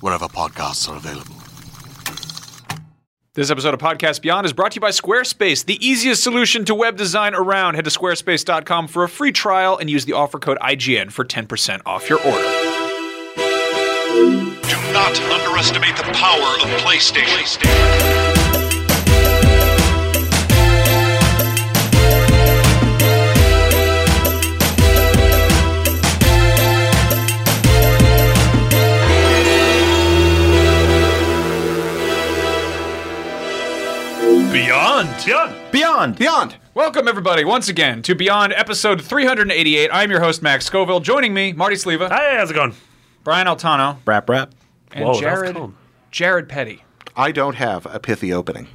wherever podcasts are available. This episode of Podcast Beyond is brought to you by Squarespace, the easiest solution to web design around. Head to squarespace.com for a free trial and use the offer code IGN for 10% off your order. Do not underestimate the power of PlayStation. Beyond! Beyond! Beyond. Beyond. Welcome, everybody, once again to Beyond episode 388. I'm your host, Max Scoville. Joining me, Marty Sleva, Hey, how's it going? Brian Altano, Rap rap. and Whoa, that was Jared, calm. Jared Petty. I don't have a pithy opening.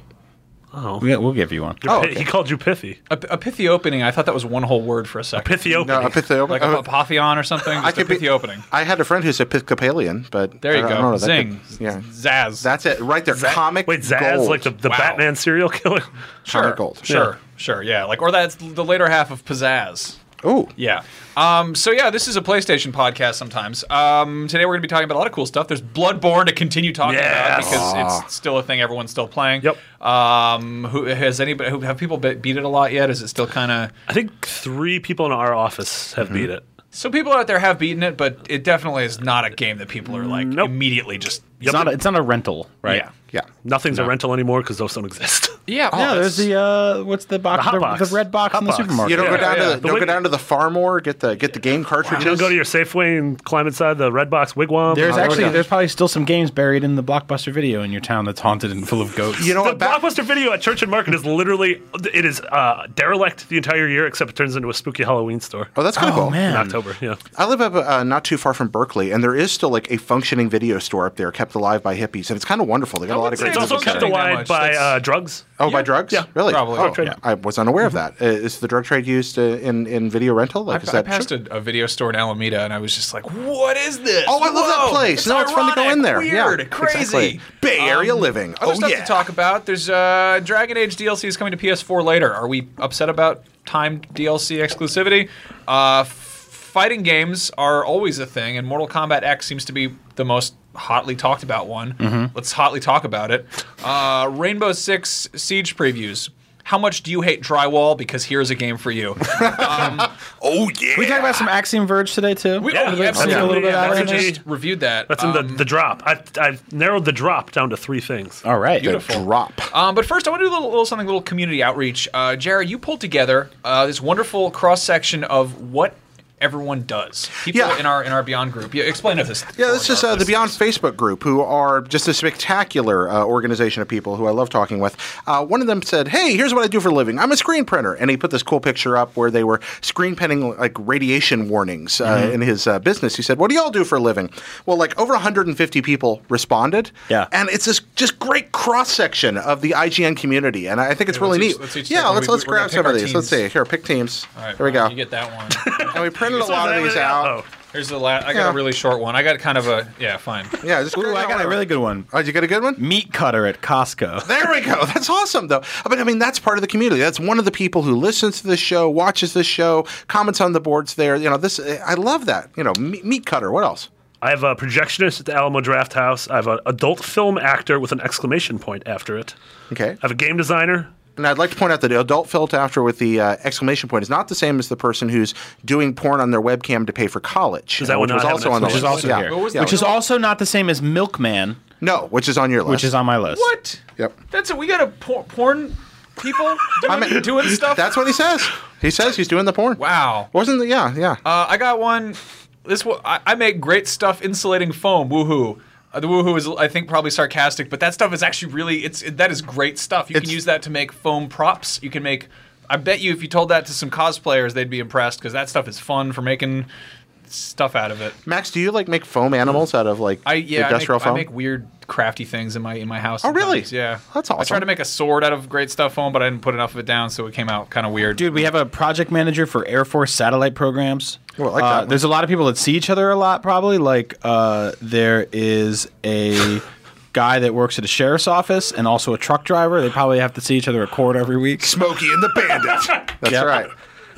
We- We'll give you one. You're Oh, pi- okay. He called you pithy. A, a pithy opening, I thought that was one whole word for a second. Pithy opening. No, a pithy like opening. a apotheon or something. Just a pithy opening. I had a friend who's Episcopalian, but There you I don't go. know, that Zing. could- yeah, Zaz. that's it right there. Comic Wait, Zaz, gold. like the, the Wow. Batman serial killer? sure. comic gold. Sure, sure, yeah. Like, or that's the later half of pizzazz. Ooh, Yeah. Um, so yeah, this is a PlayStation podcast. Sometimes um, today we're going to be talking about a lot of cool stuff. There's Bloodborne to continue talking Yes. about because it's still a thing. Everyone's still playing. Yep. Um, who has anybody? Who, have people be- beat it a lot yet? Is it still kind of? I think three people in our office Mm-hmm. have beat it. So people out there have beaten it, but it definitely is not a game that people are like immediately just. Yep. It's not. A, it's not a rental, right? Yeah. Oh, yeah. Nothing's a rental anymore because those don't exist. Yeah. Yeah. well, There's that's- the uh, what's the box? The hot The, box. the red box Hot in the box. supermarket. You don't Yeah, go down yeah. to the, The don't way- go down to the Farmore. Get the get the game cartridges. you don't go to your Safeway and climb inside the Red Box wigwam. There's Oh, there we actually go. there's probably still some games buried in the blockbuster video in your town that's haunted and full of ghosts. you know the what? Back, blockbuster video at Church and Market is literally it is uh, derelict the entire year, except it turns into a spooky Halloween store oh, that's kind of oh cool. in man. October. Yeah, I live up uh, not too far from Berkeley, and there is still like a functioning video store up there, kept alive by hippies, and it's kind of wonderful. They got a lot of wouldn't great. it's say also stuff doesn't kept there. carry that much. alive by That's- uh, drugs. Oh, by drugs? Yeah, really? probably. Oh, Drug trade. yeah. I was unaware of that. Uh, Is the drug trade used uh, in in video rental? Like, I, is I that passed a, a video store in Alameda, and I was just like, "What is this? Oh, I love that Whoa! place. No, it's fun to go ironic, in there. Yeah, Weird, crazy. Um, exactly. Bay Area living. Other Oh, stuff yeah. to talk about. There's uh, Dragon Age DLC is coming to PS4 later. Are we upset about timed DLC exclusivity? Uh, f- fighting games are always a thing, and Mortal Kombat X seems to be the most hotly talked about one. Mm-hmm. Let's hotly talk about it. Uh, Rainbow Six Siege previews. How much do you hate drywall? Because here's a game for you. Oh yeah. Can we talk about some Axiom Verge today too? We, Yeah, oh, we absolutely. absolutely. A little bit Yeah, I that's in just reviewed that. Um, That's in the, the drop. I've, I've narrowed the drop down to three things. All right. Beautiful. drop. Um, but first, I want to do a little, little something, a little community outreach. Uh, Jared, you pulled together uh, this wonderful cross section of what everyone does. People Yeah. in our in our Beyond group. Yeah, explain to this. Yeah, this is uh, the Beyond Facebook group, who are just a spectacular uh, organization of people who I love talking with. Uh, one of them said, "Hey, here's what I do for a living. I'm a screen printer," and he put this cool picture up where they were screen printing like radiation warnings uh, Mm-hmm. in his uh, business. He said, "What do y'all do for a living?" Well, like over 150 people responded. Yeah. and it's this just great cross section of the IGN community, and I think it's Here, really let's neat. each- let's each take yeah, one. let's We- let's we're gonna grab some pick of our these. Let's teams. see. Here, pick teams. All right, there we Brian, go. You get that one. and we printed a lot of these out. Oh, Here's the last. I got Yeah. a really short one. I got kind of a yeah, fine. Yeah, just Ooh, I got a really good one. Oh, did you get a good one? Meat cutter at Costco. There we go. That's awesome, though. But I mean, that's part of the community. That's one of the people who listens to this show, watches this show, comments on the boards there. You know, this I love that. You know, meat, meat cutter. What else? I have a projectionist at the Alamo Draft House. I have an adult film actor with an exclamation point after it. Okay. I have a game designer. And I'd like to point out that the adult filter after with the uh, exclamation point is not the same as the person who's doing porn on their webcam to pay for college. Does that uh, one which was not have also an on the Which is list. also yeah. here. What was yeah. that? Which is also not the same as Milkman. No, which is on your list. which is on my list. What? Yep. That's it. We got a por- porn people doing, I mean- doing stuff. That's what he says. He says he's doing the porn. wow. Wasn't the yeah yeah? Uh, I got one. This wa- I, I make great stuff insulating foam. Woohoo! Uh, the woohoo is I think probably sarcastic, but that stuff is actually really it's it, that is great stuff. You can It's- use that to make foam props. You can make. I bet you if you told that to some cosplayers, they'd be impressed because that stuff is fun for making stuff out of it. Max, do you like make foam animals out of like I yeah, I make, industrial I foam? make weird crafty things in my in my house. Oh, really? sometimes, Yeah, That's I tried awesome. to make a sword out of great stuff foam, but I didn't put enough of it down, so it came out kind of weird. Dude, we have a project manager for Air Force satellite programs. Oh, I like Uh, that one. There's a lot of people that see each other a lot, probably. Like, uh, there is a guy that works at a sheriff's office and also a truck driver. They probably have to see each other at court every week. Smokey and the Bandit. That's Yep. right.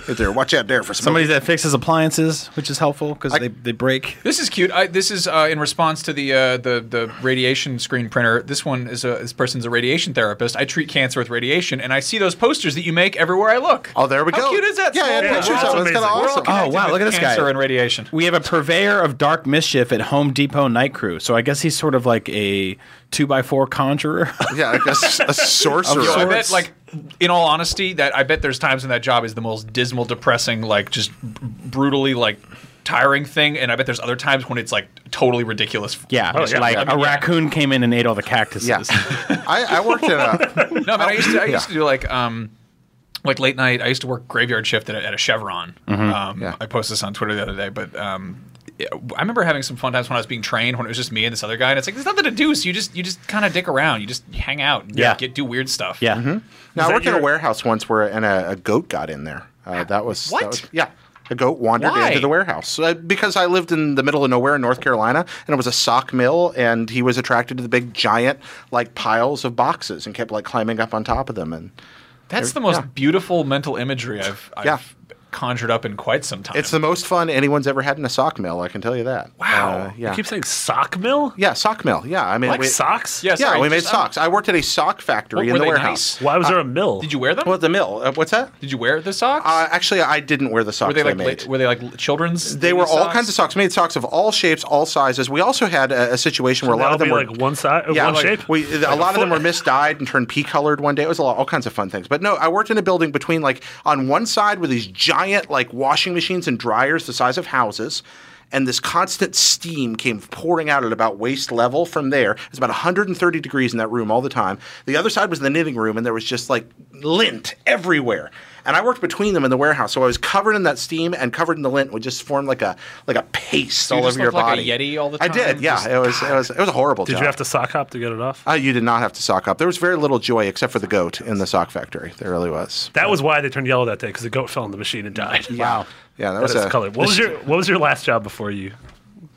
Right there, watch out there for somebody. Somebody that fixes appliances, which is helpful because I- they, they break. This is cute. I, this is uh, in response to the, uh, the the radiation screen printer. This one is a this person's a radiation therapist. I treat cancer with radiation, and I see those posters that you make everywhere I look. Oh, there we How go. cute is that? Yeah, I had Small Yeah, pictures that's of it. It's kind of amazing. awesome. Oh, wow, with look at this guy. Cancer and radiation. We have a purveyor of dark mischief at Home Depot Night Crew. So I guess he's sort of like a two by four conjurer. Oh, Yeah, like a, s- a sorcerer. Yo, I bet, sorts. like, in all honesty, that I bet there's times when that job is the most dismal, depressing, like, just b- brutally, like, tiring thing. And I bet there's other times when it's like totally ridiculous. yeah, yeah. like I a raccoon came in and ate all the cactuses. yeah, I, I worked in a. No, man, I used to, I used Yeah. to do like, um, like late night. I used to work graveyard shift at a, at a Chevron. Um, Mm-hmm. Yeah. I posted this on Twitter the other day, but um, yeah, I remember having some fun times when I was being trained when it was just me and this other guy, and it's like there's nothing to do. So you just you just kind of dick around. You just hang out. And Yeah. Get do weird stuff. Yeah. Mm-hmm. No, I that worked in a your- warehouse once where and a, a goat got in there. Uh, that was that What? was- yeah. A goat wandered Why? into the warehouse uh, because I lived in the middle of nowhere in North Carolina, and it was a sock mill, and he was attracted to the big giant like piles of boxes and kept like climbing up on top of them, and That's the most Yeah. beautiful mental imagery I've, I've Yeah. conjured up in quite some time. it's the most fun anyone's ever had in a sock mill. I can tell you that. Wow. Uh, yeah. You keep saying sock mill? yeah. Sock mill. Yeah. I mean, Like we- socks? Yeah, Yeah, sorry, we made just- um, socks. I worked at a sock factory Were in the they warehouse. nice? Why was there a mill? Did you wear them? Well, the mill. Uh, what's that? Did you wear the socks? Uh, actually, I didn't wear the socks were they like made. la- were they like l- children's? They baby were all socks? kinds of socks. We made socks of all shapes, all sizes. We also had a, a situation where a lot That'll of them be were like one side, yeah, one like, shape. We, a lot of them were misdyed and turned pea colored one day. It was a lot, all kinds of fun things. But no, I worked in a building between like on one side were these giant like washing machines and dryers the size of houses. And this constant steam came pouring out at about waist level from there. It's about 130 degrees in that room all the time. The other side was the knitting room, and there was just like lint everywhere. And I worked between them in the warehouse, so I was covered in that steam and covered in the lint would just form like a like a paste you all just over your looked like a body. Yeti all the I did, time? yeah. Just- it was it was it was a horrible. Did job. you have to sock hop to get it off? Uh, you did not have to sock up. There was very little joy except for the goat in the sock factory. There really was. that was why they turned yellow that day because the goat fell in the machine and died. Wow. Yeah, that, That was is a color. What was your What was your last job before you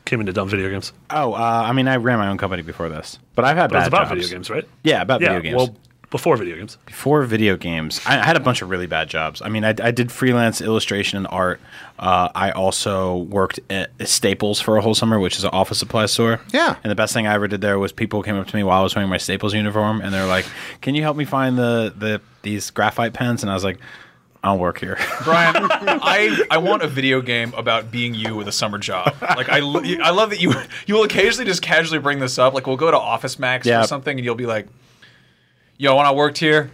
came into dumb video games? Oh, uh, I mean, I ran my own company before this, but I've had But it was bad about jobs. video games, right? Yeah, about yeah. video games. Well, before video games. Before video games, I, I had a bunch of really bad jobs. I mean, I, I did freelance illustration and art. Uh, I also worked at Staples for a whole summer, which is an office supply store. Yeah. And the best thing I ever did there was people came up to me while I was wearing my Staples uniform, and they're like, "Can you help me find the the these graphite pens?" And I was like, "I don't work here." Brian, I, I want a video game about being you with a summer job. Like I, lo- I love that you you will occasionally just casually bring this up. Like we'll go to Office Max Yeah. or something, and you'll be like, "Yo, when I worked here,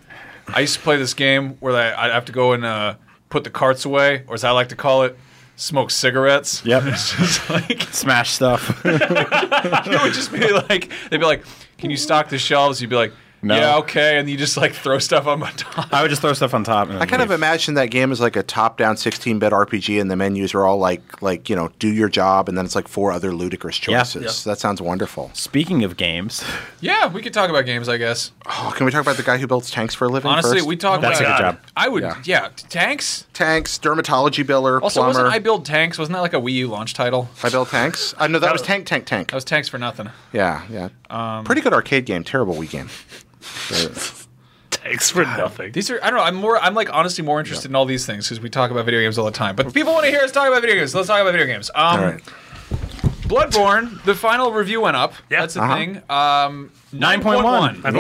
I used to play this game where I, I'd have to go and uh, put the carts away, or as I like to call it, smoke cigarettes." Yep. It's just like Smash stuff. it would just be like they'd be like, "Can you stock the shelves?" You'd be like, No. "Yeah, okay," and you just like throw stuff on my top. I would just throw stuff on top. And I kind of imagine that game is like a top-down 16-bit RPG, and the menus are all like, like you know, do your job, and then it's like four other ludicrous Yeah. choices. That sounds wonderful. Speaking of games, Yeah, we could talk about games, I guess. Oh, can we talk about the guy who builds tanks for a living? Honestly, first? we talk that's a about good God. job. I would, yeah, Yeah. t- tanks. tanks, dermatology biller, Also, plumber. wasn't I build tanks? Wasn't that like a Wii U launch title? I build tanks. Uh, no, that was tank, tank, tank. That was tanks for nothing. Yeah, yeah. Pretty good arcade game. Terrible Wii game. Thanks for nothing. These are I don't know. I'm more. I'm like honestly more interested in all these things because we talk about video games all the time. But people want to hear us talk about video games. so Let's talk about video games. Um, all right. Bloodborne. The final review went up. Yeah. that's a Uh-huh. thing. Um, nine Nine 9.1. point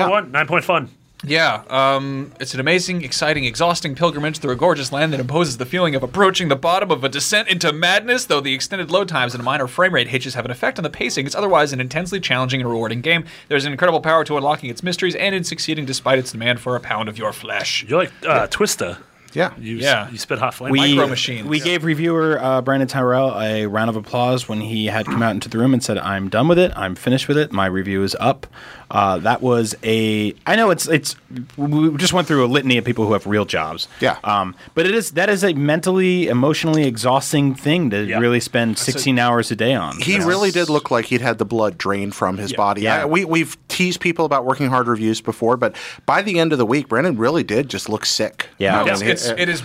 one, nine point fun. Yeah, um, it's an amazing, exciting, exhausting pilgrimage through a gorgeous land that imposes the feeling of approaching the bottom of a descent into madness, though the extended load times and minor frame rate hitches have an effect on the pacing. It's otherwise an intensely challenging and rewarding game. There's an incredible power to unlocking its mysteries and in succeeding despite its demand for a pound of your flesh. You're like uh, Twista. Yeah. You, s- Yeah. you spit hot flame. we, Micro machines. We Yeah. gave reviewer uh, Brandon Tyrell a round of applause when he had come out into the room and said, "I'm done with it. I'm finished with it. My review is up." Uh, that was a. I know it's it's. We just went through a litany of people who have real jobs. Yeah. Um, but it is that is a mentally, emotionally exhausting thing to Yeah. really spend 16 hours a day on. He you know? really did look like he'd had the blood drained from his body. Yeah. I- we, we've teased people about working hard reviews before, but by the end of the week, Brandon really did just look sick. Yeah. I No, mean, It's, he- it's, it is.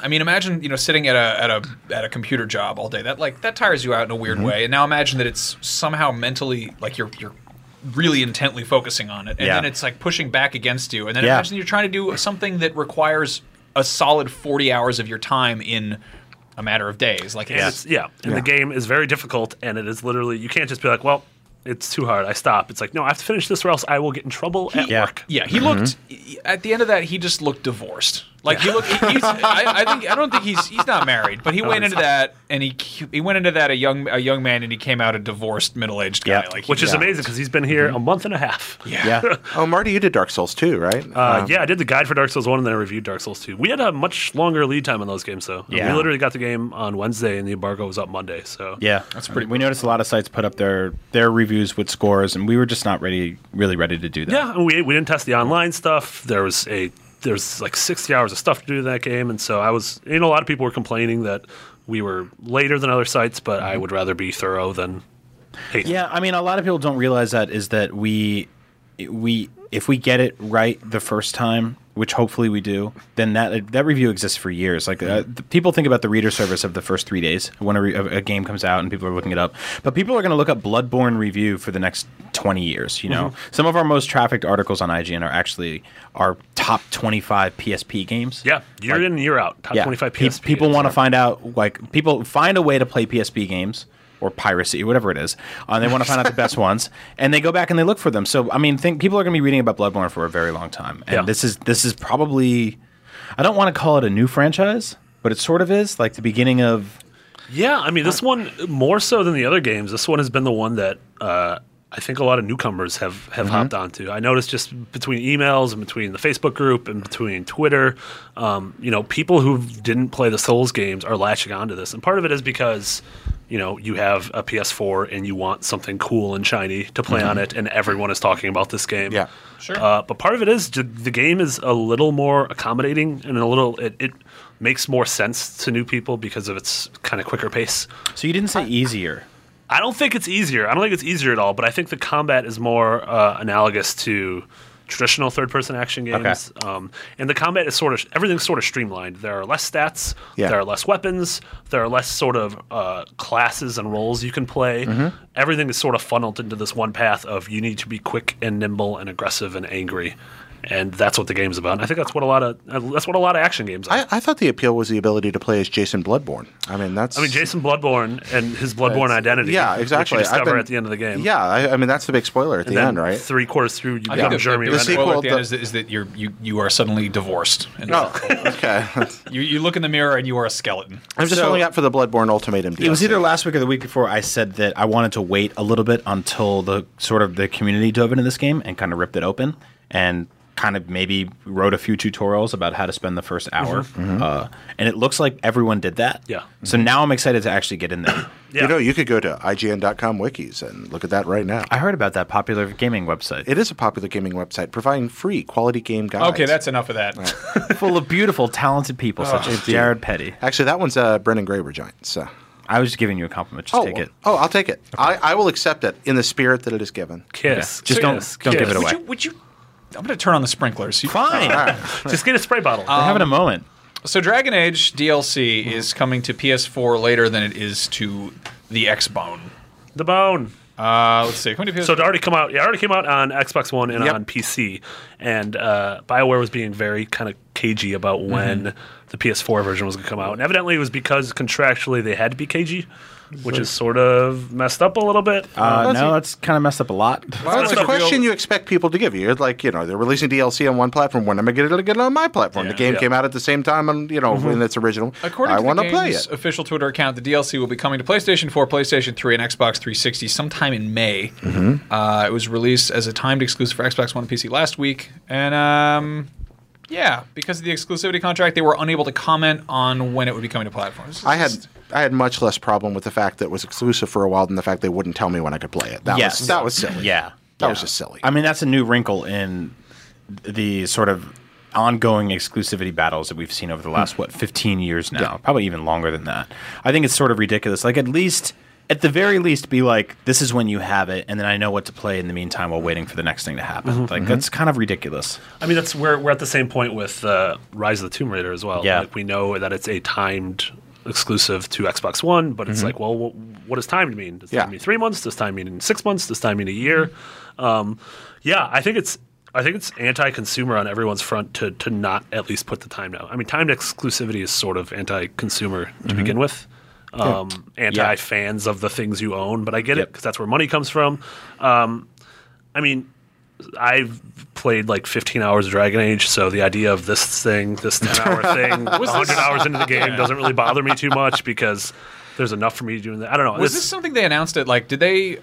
I mean, imagine you know sitting at a at a at a computer job all day. That like that tires you out in a Mm-hmm. weird way. And now imagine that it's somehow mentally like you're you're really intently focusing on it, and Yeah. then it's like pushing back against you. And then Yeah. imagine you're trying to do something that requires a solid forty hours of your time in a matter of days. Like And it's, it's, yeah, and the game is very difficult, and it is literally you can't just be like, well, it's too hard. I stop. It's like, no, I have to finish this, or else I will get in trouble at Yeah. work. Yeah, he looked Mm-hmm. at the end of that. He just looked divorced. Like he looked. He, he's, I, I think I don't think he's he's not married, but he went into that and he he went into that a young a young man and he came out a divorced middle aged guy. Yeah. Like he- Which is yeah. amazing because he's been here a month and a half. Yeah. Yeah. oh, Marty, you did Dark Souls too, right? Uh, yeah, I did the guide for Dark Souls 1 and then I reviewed Dark Souls 2. We had a much longer lead time on those games, though. Yeah. We literally got the game on Wednesday and the embargo was up Monday. So Yeah, that's pretty. We noticed a lot of sites put up their their reviews with scores, and we were just not ready, really ready to do that. Yeah, and we, we didn't test the online stuff. There was a there's like 60 hours of stuff to do in that game, and so I was you know a lot of people were complaining that we were later than other sites, but I would rather be thorough than hey, Yeah, I mean, a lot of people don't realize that is that we, we if we get it right the first time, which hopefully we do, then that that review exists for years. Like uh, the, people think about the reader service of the first three days when a, re- a a game comes out and people are looking it up, but people are going to look up Bloodborne review for the next twenty years. You know, some of our most trafficked articles on IGN are actually our top twenty five PSP games. yeah year in year out top 25 Pe- PSP. people want to find out like people find a way to play PSP games or piracy, whatever it is, uh, they want to find out the best ones, and they go back and they look for them. So I mean, think people are going to be reading about Bloodborne for a very long time, and Yeah. this is this is probably I don't want to call it a new franchise, but it sort of is like the beginning of Yeah, I mean, this one more so than the other games. This one has been the one that uh, I think a lot of newcomers have have hopped onto. I noticed just between emails and between the Facebook group and between Twitter, um, you know, people who didn't play the Souls games are latching onto this, and part of it is because. You know, you have a PS4 and you want something cool and shiny to play on it, and everyone is talking about this game. Yeah. Sure. Uh, but part of it is ju- the game is a little more accommodating and a little it, it makes more sense to new people because of its kind of quicker pace. so you didn't say easier. I don't think it's easier. I don't think it's easier at all. But I think the combat is more uh, analogous to traditional third-person action games. Um, and the combat is sort of everything's sort of streamlined. There are less stats. Yeah. There are less weapons. There are less sort of uh, classes and roles you can play. Mm-hmm. Everything is sort of funneled into this one path of you need to be quick and nimble and aggressive and angry. And that's what the game's about. And I think that's what a lot of uh, that's what a lot of action games are. I, I thought the appeal was the ability to play as Jason Bloodborne. I mean, that's. I mean, Jason Bloodborne and his Bloodborne identity. Yeah, exactly. Which I've you discover been- at the end of the game. Yeah, I, I mean, that's the big spoiler at the then end, right? Three quarters through, you I think become the, Jeremy the, the Renner. sequel- sequel at the end the- is, that- is that you're, you you are suddenly divorced. And Oh, okay. you, you look in the mirror and you are a skeleton. I'm just So- only out for the Bloodborne Ultimatum DLC. It was either last week or the week before. I said that I wanted to wait a little bit until the sort of the community dove into this game and kind of ripped it open and kind of maybe wrote a few tutorials about how to spend the first hour. Uh, and it looks like everyone did that. Yeah. So now I'm excited to actually get in there. Yeah. You know, you could go to IGN.com wikis and look at that right now. I heard about that popular gaming website. It is a popular gaming website providing free quality game guides. Okay, that's enough of that. It's full of beautiful, talented people such as Jared Petty. actually that one's uh, Brendan Graber joint. So. I was just giving you a compliment. Just Oh, take it. oh, I'll take it. I, I will accept it in the spirit that it is given. Kiss. Just don't- kiss, don't give kiss. it away. Would you? Would you? I'm gonna turn on the sprinklers. You- Fine. Just get a spray bottle. We're having a moment. So Dragon Age DLC is coming to PS4 later than it is to the Xbone. the bone. Uh, let's see. Coming to PS4. So it already come out. It already came out on Xbox One and Yep. on PC. And uh, Bioware was being very kind of cagey about Mm-hmm. when the PS4 version was going to come out, and evidently it was because contractually they had to be cagey, which is sort of messed up a little bit. Uh, That's no, a- that's kind of messed up a lot. Well, that's That's a like a question real- you expect people to give you. It's Like, you know, they're releasing DLC on one platform. When am I going to get it on my platform? the game yeah. came out at the same time, on, you know, when it's original. Mm-hmm. According I to want the to play game's it. official Twitter account, the DLC will be coming to PlayStation 4, PlayStation 3, and Xbox 360 sometime in May. Mm-hmm. Uh, it was released as a timed exclusive for Xbox One and PC last week, and um, yeah, because of the exclusivity contract, they were unable to comment on when it would be coming to platforms. I had I had much less problem with the fact that it was exclusive for a while than the fact they wouldn't tell me when I could play it. That Yes. was that was silly. Yeah. That Yeah. was just silly. I mean, that's a new wrinkle in the sort of ongoing exclusivity battles that we've seen over the Hmm. last what 15 years now, probably even longer than that. I think it's sort of ridiculous. Like at least at the very least be like this is when you have it and then I know what to play in the meantime while waiting for the next thing to happen. Mm-hmm. Like that's kind of ridiculous. I mean, that's we're we're at the same point with uh, Rise of the Tomb Raider as well. Yeah. like, we know that it's a timed exclusive to Xbox One, but it's like, well, what, what does timed mean? Does Yeah. time mean three months? Does time mean six months? Does time mean a year? Um, yeah, I think it's I think it's anti-consumer on everyone's front to to not at least put the time down. I mean, timed exclusivity is sort of anti-consumer to begin with. Um, Anti-fans of the things you own, but I get it because that's where money comes from. Um, I mean, I've played like 15 hours of Dragon Age, so the idea of this thing, this 10 hour thing, 100 hours into the game doesn't really bother me too much because there's enough for me doing that. I don't know. was This- this something they announced it like? Did they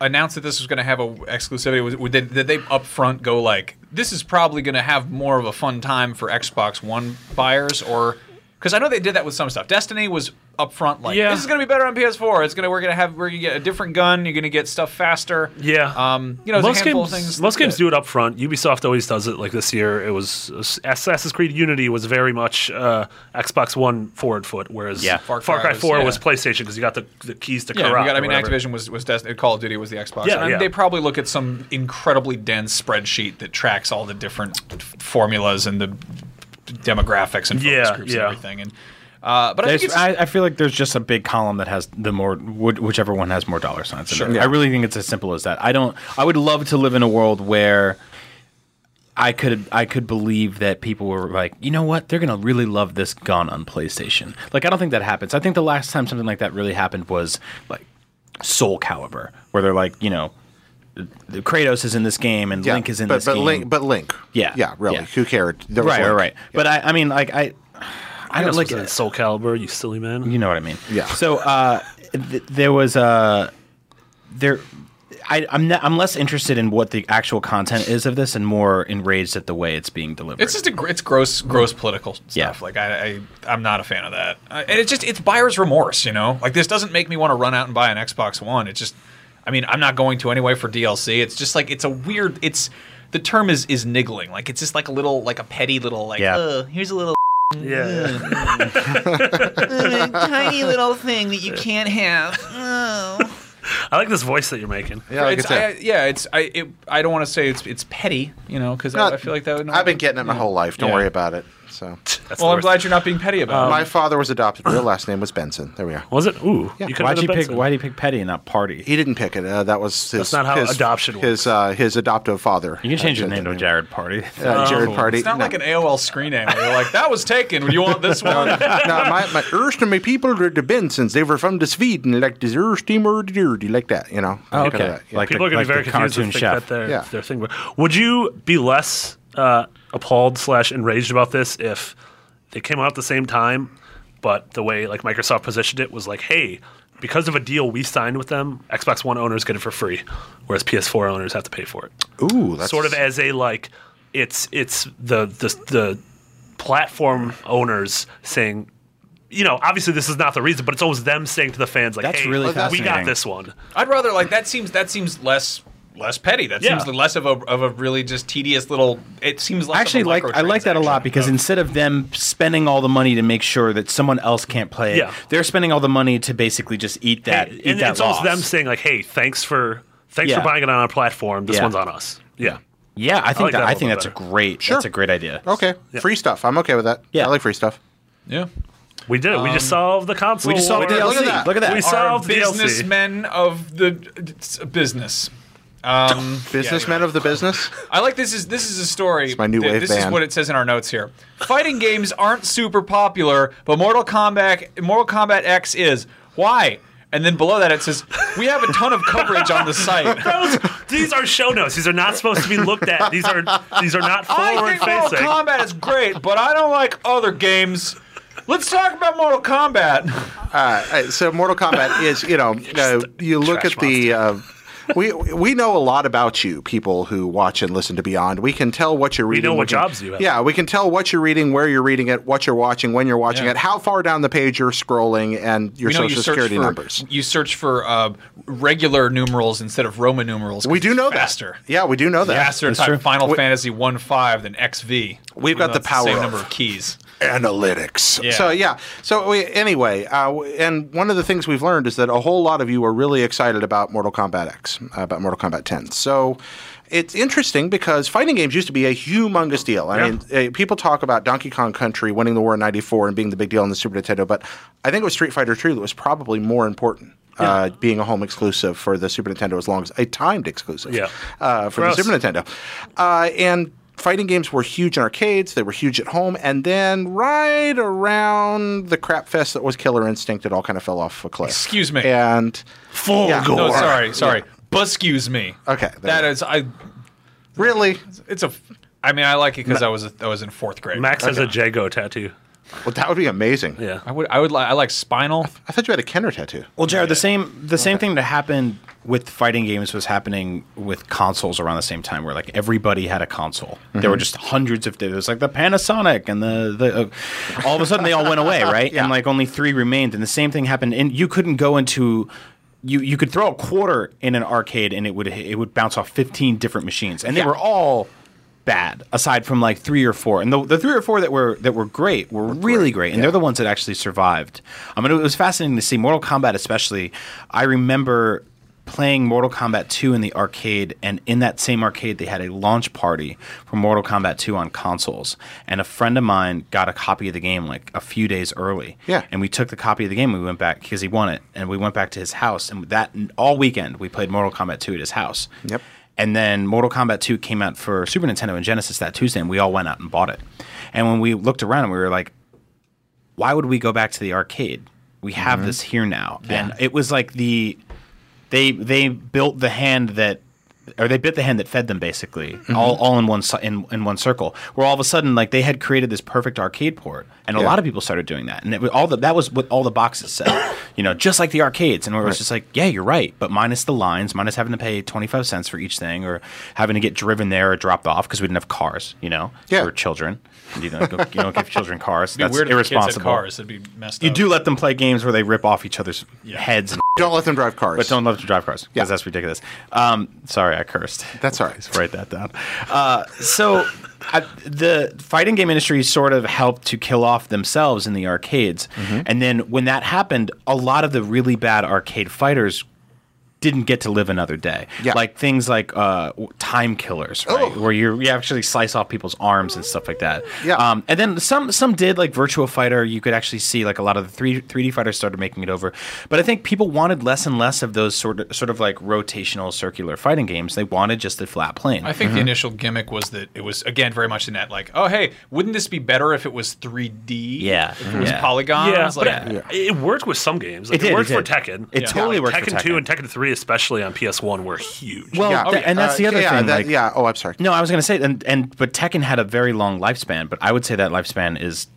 announce that this was going to have a exclusivity? Was, would they, did they upfront go like, this is probably going to have more of a fun time for Xbox One buyers or? Because I know they did that with some stuff. Destiny was upfront like, Yeah. this is going to be better on PS4. It's going to we're going to have we're going to get a different gun. You're going to get stuff faster. yeah. Um. You know, there's most a handful games, of things. most games do it up front. Ubisoft always does it. Like this year, it was Assassin's Creed Unity was very much uh, Xbox One forward foot, whereas Yeah. Far Far Cry, Cry was- 4 was yeah. PlayStation because you got the, the keys to Yeah, we Karat got, I or mean, whatever. Activision was was Destiny, Call of Duty was the Xbox. Yeah, and I mean, yeah. They probably look at some incredibly dense spreadsheet that tracks all the different f- formulas and the demographics and focus Yeah, groups yeah. and everything. And uh, but I think There's, it's I, I feel like there's just a big column that has the more whi- whichever one has more dollar signs. In it. I really think it's as simple as that. I don't. I would love to live in a world where I could I could believe that people were like, you know what, they're gonna really love this gun on PlayStation. Like I don't think that happens. I think the last time something like that really happened was like Soul Calibur, where they're like, you know, the Kratos is in this game and Yeah, Link is in but, this but game. Link, but Link, Yeah, yeah, really, yeah. who cared? There was right, right, Link. right. But I, I mean, like I, I don't This like was in uh, Soul Calibur, you silly man. you know what I mean. Yeah. So uh, th- there was a there. I, I'm not, I'm less interested in what the actual content is of this, and more enraged at the way it's being delivered. it's just a, gr- it's gross gross political stuff. Yeah. Like I, I I'm not a fan of that. Uh, and it's just it's buyer's remorse, you know. Like this doesn't make me want to run out and buy an Xbox One. It's just, I mean, I'm not going to anyway for DLC. It's just like it's a weird. It's the term is is niggling. Like it's just like a little like a petty little like Yeah. "Ugh, here's a little yeah. tiny little thing that you can't have. Oh. I like this voice that you're making. Yeah, like I it's, said. I, yeah, it's I. It, I don't want to say it's it's petty, you know, because I, I feel like that would. Not I've been getting it my whole life. Don't Yeah. worry about it. So, That's Well, the I'm worst. glad you're not being petty about Um, it. my father was adopted. Real last name was Benson. There we are. Was it? Ooh, you could why'd have been you pick? Benson. Why'd you pick Petty and not Party? He didn't pick it. Uh, that was his. That's not how his, adoption works. His uh, his adoptive father. You can change uh, your name to Jared Party. Oh. Uh, Jared Party. It's not like an AOL screen name where you're like, that was taken. You want this one? no, my, my Erst and my people were the Bensons. They were from the Sweden, like this Erst or the dirty, like that, you know. Oh, Kind of okay. that, yeah. Like People the, are going to like be very the confused cartoon and think chef. that their Yeah. their thing. Would you be less uh, appalled slash enraged about this if they came out at the same time, but the way like Microsoft positioned it was like, hey, because of a deal we signed with them, Xbox One owners get it for free, whereas PS4 owners have to pay for it. Ooh, that's sort of as a like it's it's the the the platform owners saying you know obviously this is not the reason but it's always them saying to the fans like That's hey really we got fascinating. this one I'd rather like that seems that seems less less petty. That Yeah. seems less of a of a really just tedious little. It seems less I actually of a like I like that a lot microtransaction because of- instead of them spending all the money to make sure that someone else can't play it, Yeah. they're spending all the money to basically just eat that. and, eat and that it's always loss. them saying like hey thanks for thanks Yeah. for buying it on our platform this Yeah. one's on us yeah Yeah, I like think that, that a little I think bit that's better. a great that's a great idea. Okay. Free stuff. I'm okay with that. Yeah. I like free stuff. yeah. we did it we just solved the console We just saw war. DLC. Look at that. Look at that. we Are solved DLC businessmen of the uh, business. Businessmen of the business. I like this is this is a story. my new that- wave This is band. what it says in our notes here. Fighting games aren't super popular, but Mortal Kombat Mortal Kombat X is. Why? And then below that it says, "We have a ton of coverage on the site." These are show notes. These are not supposed to be looked at. These are these are not I forward think Mortal facing. Kombat is great, but I don't like other games. Let's talk about Mortal Kombat. Uh, so Mortal Kombat is, you know, uh, you look trash at the. Uh, we we know a lot about you, people who watch and listen to Beyond. We can tell what you're reading. know what can- jobs you have. Yeah, we can tell what you're reading, where you're reading it, what you're watching, when you're watching Yeah. it, how far down the page you're scrolling, and your You know, social you search security for numbers. you search for uh, regular numerals instead of Roman numerals. 'cause We do it's know that. faster. Yeah, we do know that. Faster type Final Fantasy one five than XV. We've got Even though the it's power same of- number of keys. analytics. Yeah. So yeah. So we, anyway, uh, w- and one of the things we've learned is that a whole lot of you are really excited about Mortal Kombat X, uh, about Mortal Kombat 10. So it's interesting because fighting games used to be a humongous deal. I mean, uh, people talk about Donkey Kong Country winning the war in '94 and being the big deal on the Super Nintendo, but I think it was Street Fighter 2 that was probably more important. Uh, being a home exclusive for the Super Nintendo as long as a timed exclusive Yeah. uh, for Gross. the Super Nintendo. Uh, and fighting games were huge in arcades, they were huge at home, and then right around the crap fest that was Killer Instinct, it all kind of fell off a cliff. Excuse me. And Full Yeah. gore. No, sorry, sorry. But excuse me. Okay, there that we go. is I. really, It's a. I mean, I like it because I was I was in fourth grade. Max has a Jago tattoo. well, that would be amazing. Yeah. I would I would like I like Spinal. I thought you had a Kenner tattoo. Well, Jared, the same the same thing that happened with fighting games was happening with consoles around the same time, where like everybody had a console. There were just hundreds of. It was like the Panasonic and the the. Uh, all of a sudden, they all went away, right? And like only three remained. And the same thing happened. And you couldn't go into. You, you could throw a quarter in an arcade and it would it would bounce off 15 different machines and they were all bad aside from like three or four and the, the three or four that were that were great were really great and they're the ones that actually survived i mean it was fascinating to see mortal kombat especially i remember playing mortal kombat 2 in the arcade and in that same arcade they had a launch party for mortal kombat 2 on consoles and a friend of mine got a copy of the game like a few days early Yeah. and we took the copy of the game we went back because he won it and we went back to his house and that all weekend we played mortal kombat 2 at his house Yep. and then Mortal Kombat 2 came out for Super Nintendo and Genesis that Tuesday, and we all went out and bought it. And when we looked around, we were like, why would we go back to the arcade? We have this here now. And it was like the they they built the hand that or they bit the hand that fed them basically all, all in one ci- in, in one circle where all of a sudden like they had created this perfect arcade port and a lot of people started doing that and it, was- all the, that was what all the boxes said you know just like the arcades and where it was just like yeah you're right but minus the lines minus having to pay 25 cents for each thing or having to get driven there or dropped off because we didn't have cars you know Yeah. for children you know go- you don't give children cars It'd be weird if that's the kids had irresponsible cars. It'd be messed you up. do let them play games where they rip off each other's heads and Don't let them drive cars. but don't love to drive cars because Yeah. that's ridiculous. Um, sorry, I cursed. That's all right. Let's write that down. Uh, so I, the fighting game industry sort of helped to kill off themselves in the arcades, Mm-hmm. and then when that happened, a lot of the really bad arcade fighters didn't get to live another day. Yeah. Like things like uh, w- time killers, right? Where you you actually slice off people's arms and stuff like that. Yeah. Um, and then some some did like Virtua Fighter. You could actually see like a lot of the three three D fighters started making it over. But I think people wanted less and less of those sort of sort of like rotational circular fighting games. They wanted just a flat plane. I think Mm-hmm. the initial gimmick was that it was again very much in that like, oh hey, wouldn't this be better if it was 3D? Yeah. if it was Yeah. polygons. Yeah, like, but it, it worked with some games. Like, It it, did, worked it for did. Tekken. It totally like, worked for Tekken 2 Tekken. and Tekken 3, especially on PS1, were huge. well, Yeah. th- and that's Uh, the other yeah, thing. that- like, yeah. Oh, I'm sorry. No, I was gonna say, and and but Tekken had a very long lifespan, but I would say that lifespan is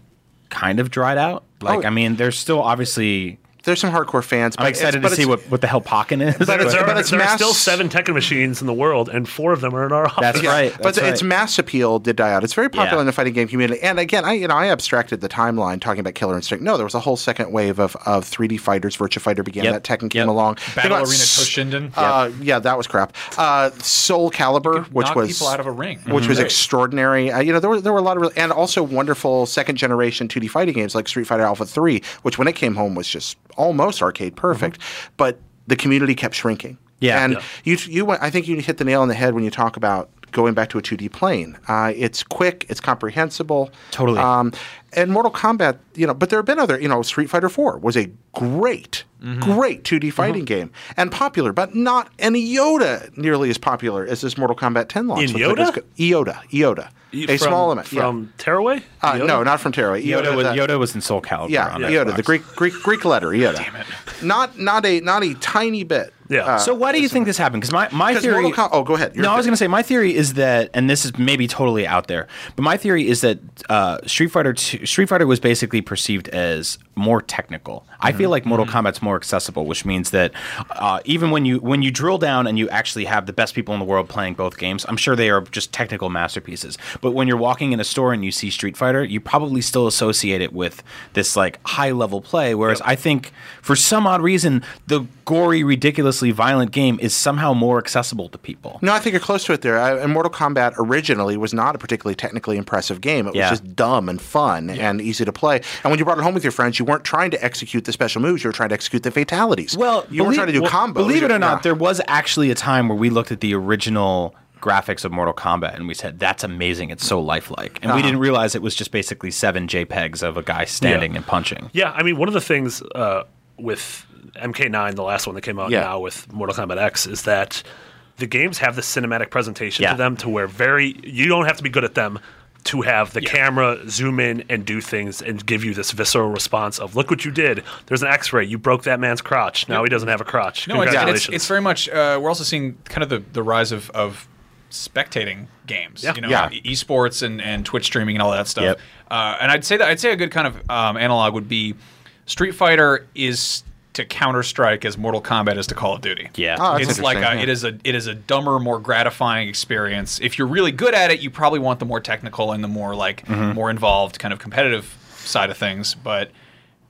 kind of dried out. Like, Oh. I mean, there's still obviously. There's some hardcore fans. I'm but excited it's- to but see it's- what, what the hell Pokken is. there but- are, but it's there are mass- still seven Tekken machines in the world, and four of them are in our office. That's Yeah, right. but that's its right. mass appeal did die out. It's very popular Yeah. in the fighting game community. And again, I you know I abstracted the timeline talking about Killer Instinct. No, there was a whole second wave of, of 3D fighters. Virtua Fighter began. Yep, That Tekken yep. came along. They Battle got Arena s- Toshinden. Uh, yeah, that was crap. Uh, Soul Calibur, which knock was people out of a ring. Mm-hmm. which was Great. extraordinary. Uh, you know, there were there were a lot of really, and also wonderful second generation 2D fighting games like Street Fighter Alpha 3, which when it came home was just almost arcade perfect, but the community kept shrinking. Yeah. and Mm-hmm. Yeah. you you went, I think you hit the nail on the head when you talk about going back to a 2D plane. Uh, it's quick, it's comprehensible. Totally. Um, and Mortal Kombat, you know, but there have been other, you know, Street Fighter 4 was a great, Mm-hmm. great 2D fighting game and popular, but not any Yoda nearly as popular as this Mortal Kombat 10 launch. In looks like it's Yoda? go- Yoda, Yoda. a From- small amount. yeah. from Tearaway. Uh, no, not from Terra. Yoda, was the- Yoda was in Soul Calibur. Yeah, on Yoda, Xbox. the Greek Greek Greek letter, Yoda. Damn it. Not not a not a tiny bit. Uh, Yeah. So why do you think this happened? Because my, my 'Cause theory. Mortal Com- oh, go ahead. Your no, I was theory. going to say my theory is that, and this is maybe totally out there, but my theory is that uh, Street Fighter 2, Street Fighter was basically perceived as more technical. I feel like Mortal Kombat's more accessible, which means that uh, even when you when you drill down and you actually have the best people in the world playing both games, I'm sure they are just technical masterpieces. But when you're walking in a store and you see Street Fighter, you probably still associate it with this like high level play. Whereas I think for some odd reason, the gory, ridiculously violent game is somehow more accessible to people. No, I think you're close to it there. I, and Mortal Kombat originally was not a particularly technically impressive game. It Yeah. was just dumb and fun and easy to play. And when you brought it home with your friends, you weren't trying to execute the special moves. You were trying to execute the fatalities. Well, you weren't believe- trying to do well, combos. Believe it You- or not, yeah. there was actually a time where we looked at the original graphics of Mortal Kombat and we said, "That's amazing! It's so lifelike." And we Uh-huh. didn't realize it was just basically seven JPEGs of a guy standing and punching. Yeah, I mean, one of the things uh, with MK9, the last one that came out Yeah. now with Mortal Kombat X, is that the games have this cinematic presentation Yeah. to them to where very you don't have to be good at them to have the camera zoom in and do things and give you this visceral response of look what you did. There's an X-ray. You broke that man's crotch. Now he doesn't have a crotch. No, it's, Congratulations. it's, it's very much. Uh, we're also seeing kind of the, the rise of, of spectating games. You know, Yeah. e- esports and, and Twitch streaming and all that stuff. Yep. Uh, and I'd say that I'd say a good kind of um, analog would be Street Fighter is to Counter Strike as Mortal Kombat is to Call of Duty. Yeah. Oh, that's it's like a, interesting, yeah. it is a it is a dumber, more gratifying experience. If you're really good at it, you probably want the more technical and the more like Mm-hmm. more involved kind of competitive side of things. But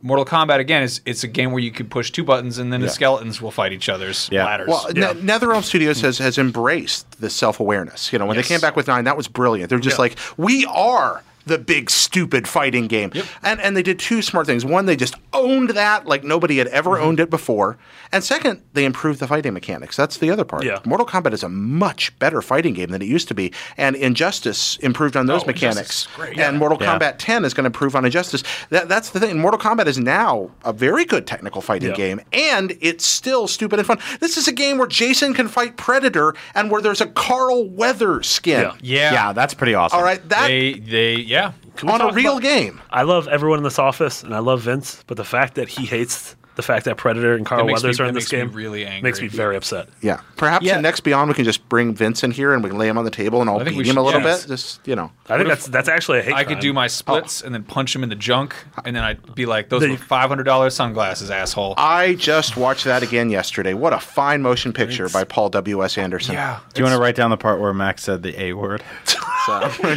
Mortal Kombat again is it's a game where you can push two buttons and then the skeletons will fight each other's Yeah. ladders. Well, Ne- NetherRealm Studios has, has embraced the self awareness. You know, when Yes. they came back with nine, that was brilliant. They're just like, we are the big stupid fighting game, and and they did two smart things. One, they just owned that like nobody had ever Mm-hmm. owned it before, and second, they improved the fighting mechanics. That's the other part. Yeah. Mortal Kombat is a much better fighting game than it used to be, and Injustice improved on those Oh, Injustice mechanics. is great. And Mortal Yeah. Kombat 10 is going to improve on Injustice. That, that's the thing. Mortal Kombat is now a very good technical fighting Yeah. game, and it's still stupid and fun. This is a game where Jason can fight Predator and where there's a Carl Weather skin. Yeah. yeah. yeah, that's pretty awesome. All right, that they they yeah. Can we on a talk real about- game. I love everyone in this office, and I love Vince, but the fact that he hates the fact that Predator and Carl That makes Weathers me- are in that this makes me game really angry. Makes me very upset. Yeah. Perhaps Yeah. in next Beyond we can just bring Vince in here and we can lay him on the table and I'll I think beat we him a should- little yes. bit. Just you know. I think that's that's actually a hate. I could crime. do my splits Oh. and then punch him in the junk, and then I'd be like, "Those There were you- five hundred dollars sunglasses, asshole." Uh, I just watched that again yesterday. What a fine motion picture by Paul W. S. Anderson. yeah, Do you want to write down the part where Max said the A word? So, I mean, we're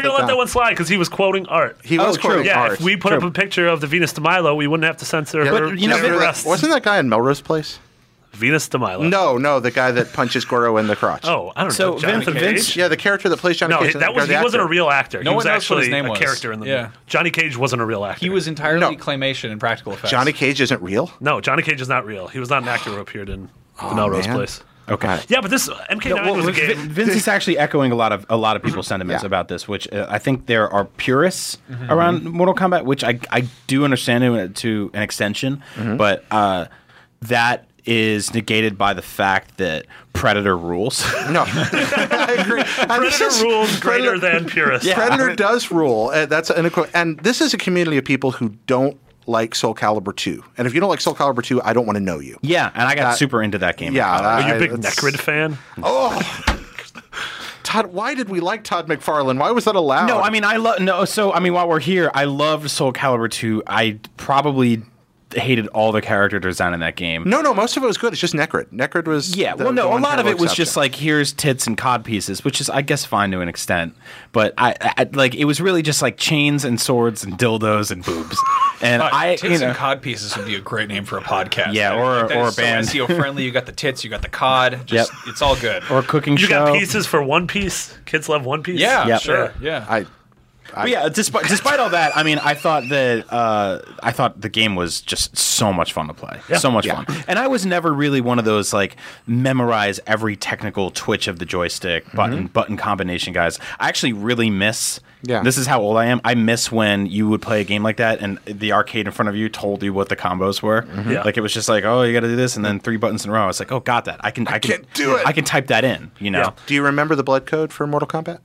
gonna let that one slide because he was quoting art. He was true. quoting yeah, art. if we put up a picture of the Venus de Milo, we wouldn't have to censor. Yeah, her but, you know, the remember rest. that- wasn't that guy in Melrose Place? Venus de Milo? No, no, the guy that punches Goro in the crotch. Oh, I don't So know. Johnny Vince- Cage? Vince- Yeah, the character that plays Johnny no, Cage. he- in that was the he wasn't a actor. real actor. No he one was knows what actually his name a was. character in the Yeah. Johnny Cage wasn't a real actor. he was entirely No. claymation and practical effects. Johnny Cage isn't real. No, Johnny Cage is not real. He was not an actor who appeared in The Melrose man. Place. Okay. Yeah, but this uh, MK9 Well, was a Vin- game. Vince is actually echoing a lot of a lot of people's sentiments Yeah. about this, which uh, I think there are purists around Mortal Kombat, which I, I do understand to, to an extension, Mm-hmm. but uh, that is negated by the fact that Predator rules. No, I agree. Predator rules greater than purist. Predator does rule. Uh, that's an equi- and this is a community of people who don't like Soul Calibur 2. And if you don't like Soul Calibur 2, I don't want to know you. yeah, and I got super into that game. Yeah, Are you I- Oh, a big that's- Necrid fan? Todd, why did we like Todd McFarlane? Why was that allowed? No, I mean I love no. So I mean, while we're here, I loved Soul Calibur 2. I probably hated all the character design in that game. no, no. Most of it was good. It's just Necrid. Necrid was Yeah, the- well, the no, a one lot of it terrible was just exception. like here's tits and cod pieces, which is I guess fine to an extent, but I, I I- like it was really just like chains and swords and dildos and boobs, and But I tits you know and cod pieces would be a great name for a podcast. Yeah, I or- think that or is a band. So SEO friendly. You got the tits. You got the cod. Just Yep. it's all good. or a cooking You show. got pieces for One Piece? Kids love One Piece? yeah, Yep. sure. Yeah. I But yeah, despite despite all that, I mean, I thought that uh, I thought the game was just so much fun to play, so much fun. And I was never really one of those like memorize every technical twitch of the joystick button button combination guys. I actually really miss. Mm-hmm. Yeah. This is how old I am. I miss when you would play a game like that and the arcade in front of you told you what the combos were. Mm-hmm. Yeah. Like it was just like, oh, you got to do this, and then three buttons in a row. I was like, oh, got that. I can. I, can can't do it. I can type that in. You know. Do you remember the blood code for Mortal Kombat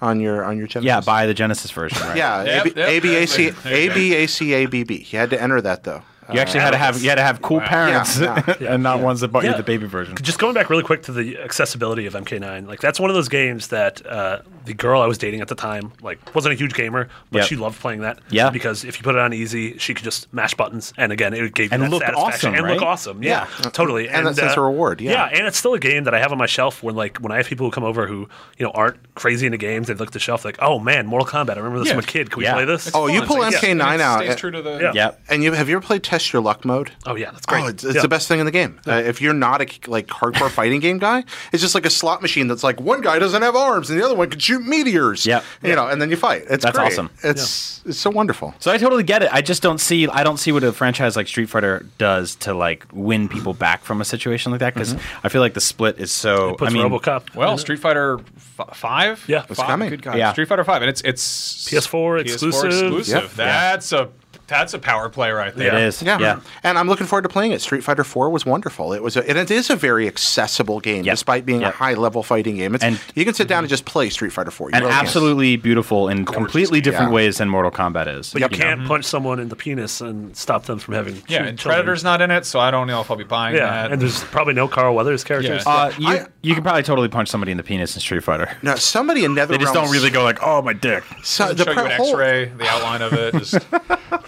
on your on your Genesis? Yeah. buy the Genesis version. Right? yeah. Yep, A B yep, A B A C exactly. There you A go. B A C A B B. You had to enter that though. You actually had to have you had to have cool parents Yeah, and not ones that bought you Yeah. the baby version. just going back really quick to the accessibility of MK9, like that's one of those games that uh, the girl I was dating at the time like wasn't a huge gamer, but Yep. she loved playing that. Yeah. because if you put it on easy, she could just mash buttons, and again, it gave you And that looked satisfaction awesome, and look right? awesome. Yeah, totally. uh, And that sense of reward, yeah. yeah, and it's still a game that I have on my shelf when like when I have people who come over who you know aren't crazy into games, they look at the shelf like, oh man, Mortal Kombat. I remember this Yeah. from a kid. Can we Yeah. play this? Oh, you Fun. pull It's like- MK9 and it out. Stays true to the. Yeah. Yep. And you have you ever played Test Your Luck mode? Oh yeah, that's great. Oh, it's, it's Yeah. the best thing in the game. Uh, if you're not a like hardcore fighting game guy, it's just like a slot machine that's like one guy doesn't have arms and the other one can shoot meteors. Yep. you know, and then you fight. It's That's great. awesome. It's it's so wonderful. So I totally get it. I just don't see I don't see what a franchise like Street Fighter does to like win people back from a situation like that because I feel like the split is so. Puts I mean, RoboCop. Well, Street Fighter f- Five. Yeah. five. It's coming. Good God. Yeah. Street Fighter Five, and it's it's PS4 exclusive. exclusive. Yep. That's a that's a power play right there. It is. Yeah. Yeah. and I'm looking forward to playing it. Street Fighter Four was wonderful. It was, a, and it is a very accessible game, Yep. despite being Yep. a high level fighting game. It's, And- you can sit down and just play Street Fighter Four. You And really can. absolutely beautiful in completely different Yeah. ways than Mortal Kombat is. But you can't punch someone in the penis and stop them from having Yeah, chil- and children. Predator's not in it, so I don't know if I'll be buying Yeah, that. and there's probably no Carl Weathers characters. Yeah. Uh, you, I- you can probably totally punch somebody in the penis in Street Fighter. Now, somebody in Netherrealm. They just don't really go like, "Oh, my dick." So, Uh, the the show you pre- an whole, X-ray, the outline of it. Just,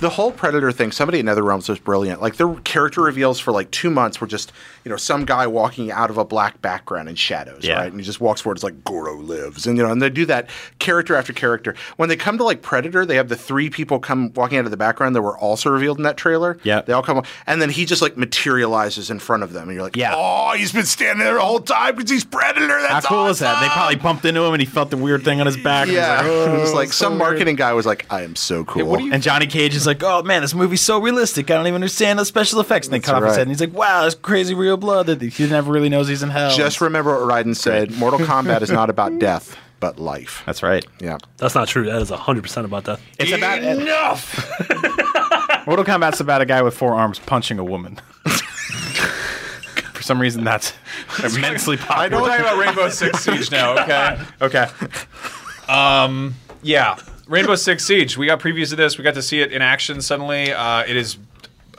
the whole predator thing somebody in nether realms was brilliant like their character reveals for like two months were just you know some guy walking out of a black background in shadows Yeah. right and he just walks forward it's like goro lives and you know and they do that character after character when they come to like predator they have the three people come walking out of the background that were also revealed in that trailer Yeah. they all come and then he just like materializes in front of them and you're like Yeah. oh he's been standing there the whole time because he's predator How that's cool is that? They awesome!" probably bumped into him and he felt the weird thing on his back. and he's yeah, like, "Oh, it was like so some weird." marketing guy was like, "I am so cool." what do you And Johnny Cage is like, "Oh man, this movie's so realistic. I don't even understand the special effects." And they cut off his right. head, and he's like, "Wow, that's crazy real blood." That he never really knows he's in hell. Just remember what Raiden said Mortal Kombat is not about death, but life. that's right. Yeah. That's not true. That is 100% about that. It's about Enough. Mortal Kombat's about a guy with four arms punching a woman. For some reason, that's immensely I don't popular. talking about Rainbow Six Siege now. Okay. Okay, Yeah, Rainbow Six Siege. We got previews of this. We got to see it in action. Suddenly, uh, it is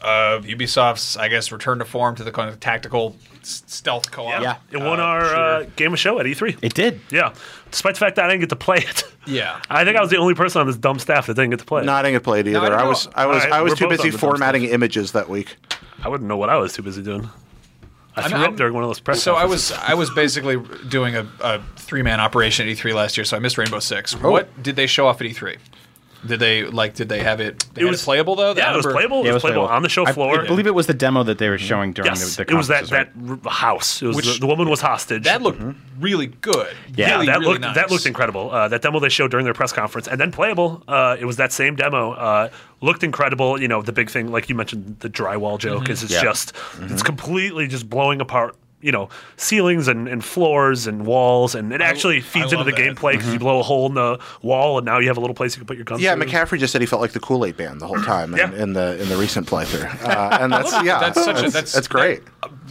uh, Ubisoft's, I guess, return to form to the kind of tactical s- stealth co-op. Yeah. It won our uh, game of show at E3. it did. yeah. Despite the fact that I didn't get to play it. Yeah. I think I was the only person on this dumb staff that didn't get to play it. Not in a played either. don't I know. was I was Alright, I was we're too both busy on the dumb formatting images that week. I wouldn't know what I was too busy doing. I threw I'm- up during one of those press So I conferences. was I was basically doing a, a three man operation at E3 last year, so I missed Rainbow Six. Oh. What did they show off at E3? Did they like? Did they have it? They It had was- playable though. Yeah, I it was remember- playable. it was playable on the show I- floor. Mm-hmm. I, believe it was the demo that they were showing during Yes, the, the it was that conferences, right? that r- house. It was Which- the, the woman was hostage. That looked Mm-hmm. really good. yeah, really, that really looked nice. that looked incredible. Uh, that demo they showed during their press conference, and then playable. Uh, it was that same demo. Uh, looked incredible. You know, the big thing, like you mentioned, the drywall joke Mm-hmm. is it's Yeah. just it's completely just blowing apart. You know, ceilings and, and floors and walls, and it actually feeds into love the that. gameplay because you blow a hole in the wall, and now you have a little place you can put your guns. Yeah, through. McCaffrey just said he felt like the Kool Aid band the whole time in, Yeah. in the in the recent playthrough, uh, and that's yeah, That's such a- that's, that's- uh, that's great.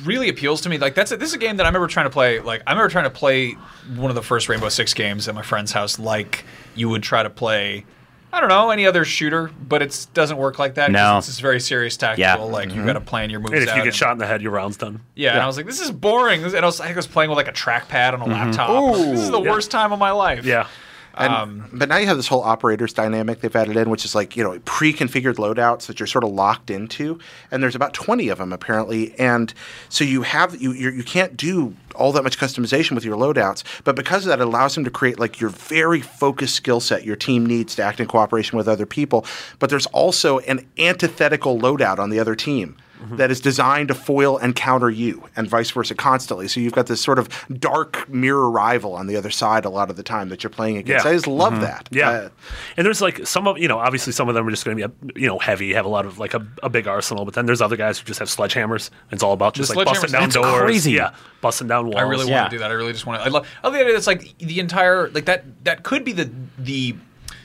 really appeals to me. Like that's a, this is a game that I remember trying to play. Like I remember trying to play one of the first Rainbow Six games at my friend's house. Like you would try to play. I don't know any other shooter, but it doesn't work like that. 'cause No. it's very serious tactical. Yeah. Like Mm-hmm. you got to plan your moves. And if out you get and- shot in the head, your round's done. yeah, And I was like, this is boring. This- And I was, I think I was playing with like a trackpad on a laptop. This is the Mm-hmm. Yeah. worst time of my life. Yeah. And, but now you have this whole operators dynamic they've added in, which is like you know pre-configured loadouts that you're sort of locked into, and there's about 20 of them apparently, and so you have you you're, you can't do all that much customization with your loadouts, but because of that, it allows them to create like your very focused skill set your team needs to act in cooperation with other people. But there's also an antithetical loadout on the other team. that is designed to foil and counter you, and vice versa constantly. So you've got this sort of dark mirror rival on the other side a lot of the time that you're playing against. Yeah. I just love Mm-hmm. that. Yeah. Uh, and there's like some of, you know, obviously some of them are just going to be, uh, you know, heavy, have a lot of like a, a big arsenal, but then there's other guys who just have sledgehammers. And it's all about just The like busting sledgehammers- down that's doors. crazy. Yeah. Busting down walls. I really Yeah. want to do that. I really just want to. I love. I love the idea. That's like the entire like that. That could be the the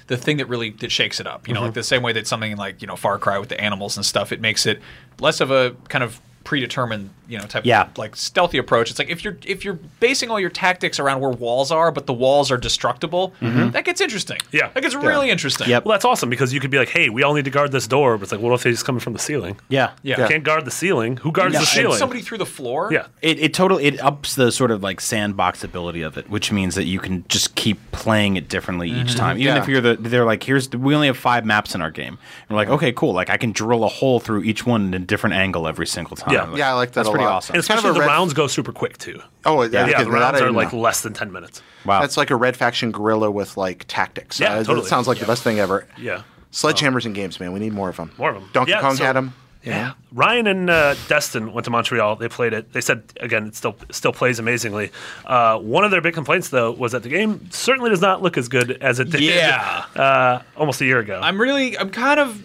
the thing that really that shakes it up. You know, Mm-hmm. like the same way that something like you know Far Cry with the animals and stuff. It makes it less of a kind of predetermined you know type Yeah. of like stealthy approach. It's like if you're if you're basing all your tactics around where walls are, but the walls are destructible, that gets interesting. Mm-hmm. Yeah. that gets really interesting. Yep. Well, that's awesome because you could be like, hey, we all need to guard this door. But it's like, what if they just coming from the ceiling? Yeah. Yeah. You can't guard the ceiling. Who guards Yeah. the And Shoot ceiling? somebody through the floor. yeah. It, it totally it ups the sort of like sandbox ability of it, which means that you can just keep playing it differently each time. Even Yeah. if you're the they're like here's the, we only have five maps in our game. And we're like okay cool like I can drill a hole through each one in a different angle every single time. Yeah. Like, Yeah, I like that That's a pretty lot. awesome. And It's kind of especially a the red- rounds go super quick too. Oh, Yeah, yeah. because the that I rounds are didn't like know. less than 10 minutes. Wow. That's like a red faction gorilla with like tactics. Yeah, Uh, that totally. sounds like the best thing ever. Yeah. Sledgehammers in games, man. We need more of them. More of 'em. Donkey Yeah, Kong so- had them. Yeah. Ryan and uh, Destin went to Montreal. They played it. They said again, it still still plays amazingly. Uh, one of their big complaints though was that the game certainly does not look as good as it did. Yeah. Uh, almost a year ago. I'm really, I'm kind of,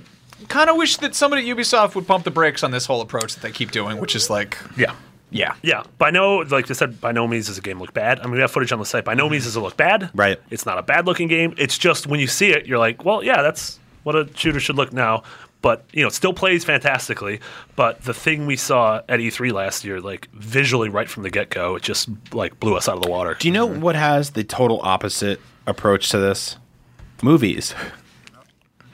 kind of wish that somebody at Ubisoft would pump the brakes on this whole approach that they keep doing, which is like, yeah. yeah, Yeah, by no, like I said, by no means does the game look bad. I mean, we have footage on the site. By no means does it look bad. Mm-hmm. Right. It's not a bad looking game. It's just when you see it, you're like, well, yeah, that's what a shooter should look now. But you know, it still plays fantastically. But the thing we saw at E3 last year, like visually right from the get go, it just like blew us out of the water. Do you know Mm-hmm. what has the total opposite approach to this? Movies.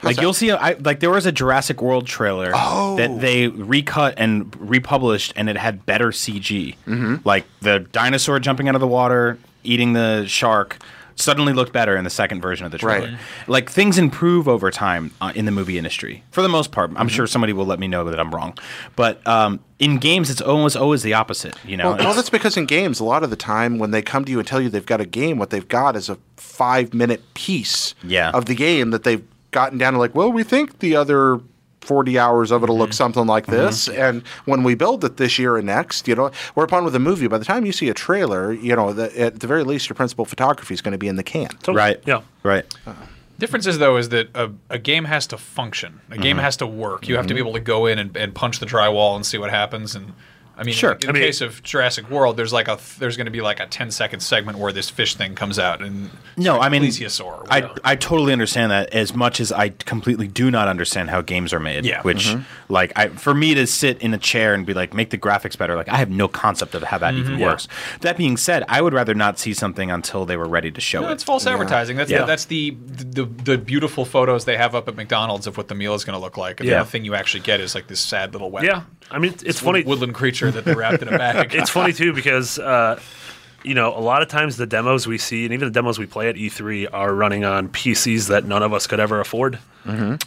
Like you'll see, I, like there was a Jurassic World trailer Oh. that they recut and republished, and it had better CG. Mm-hmm. Like the dinosaur jumping out of the water, eating the shark, suddenly looked better in the second version of the trailer. Right. Like things improve over time uh, in the movie industry, for the most part. I'm Mm-hmm. sure somebody will let me know that I'm wrong, but um, in games, it's almost always the opposite. You know, Well, well, It's- that's because in games, a lot of the time when they come to you and tell you they've got a game, what they've got is a five minute piece Yeah. of the game that they've gotten down to like, well, we think the other 40 hours of it Mm-hmm. will look something like this. And when we build it this year and next, you know, we're upon with a movie. By the time you see a trailer, you know, the, at the very least, your principal photography is going to be in the can. Totally. right? Yeah. right. Difference is though is that a, a game has to function. A Mm-hmm. game has to work. You have to be able to go in and, and punch the drywall and see what happens. And I mean, Sure. in the I mean- case of Jurassic World, there's like a th- there's going to be like a 10 second segment where this fish thing comes out and No, I mean, plesiosaur. I, I totally understand that as much as I completely do not understand how games are made. Yeah. Which, like, I for me to sit in a chair and be like, make the graphics better, like, I have no concept of how that Mm-hmm. even works. That being said, I would rather not see something until they were ready to show No, it. it's false advertising. That's Yeah. the, that's the, the the beautiful photos they have up at McDonald's of what the meal is going to look like, and Yeah. the thing you actually get is like this sad little wet Yeah. I mean, it's, funny. woodland creature that they wrapped in a bag. it's funny too because uh, you know a lot of times the demos we see and even the demos we play at E3 are running on PCs that none of us could ever afford.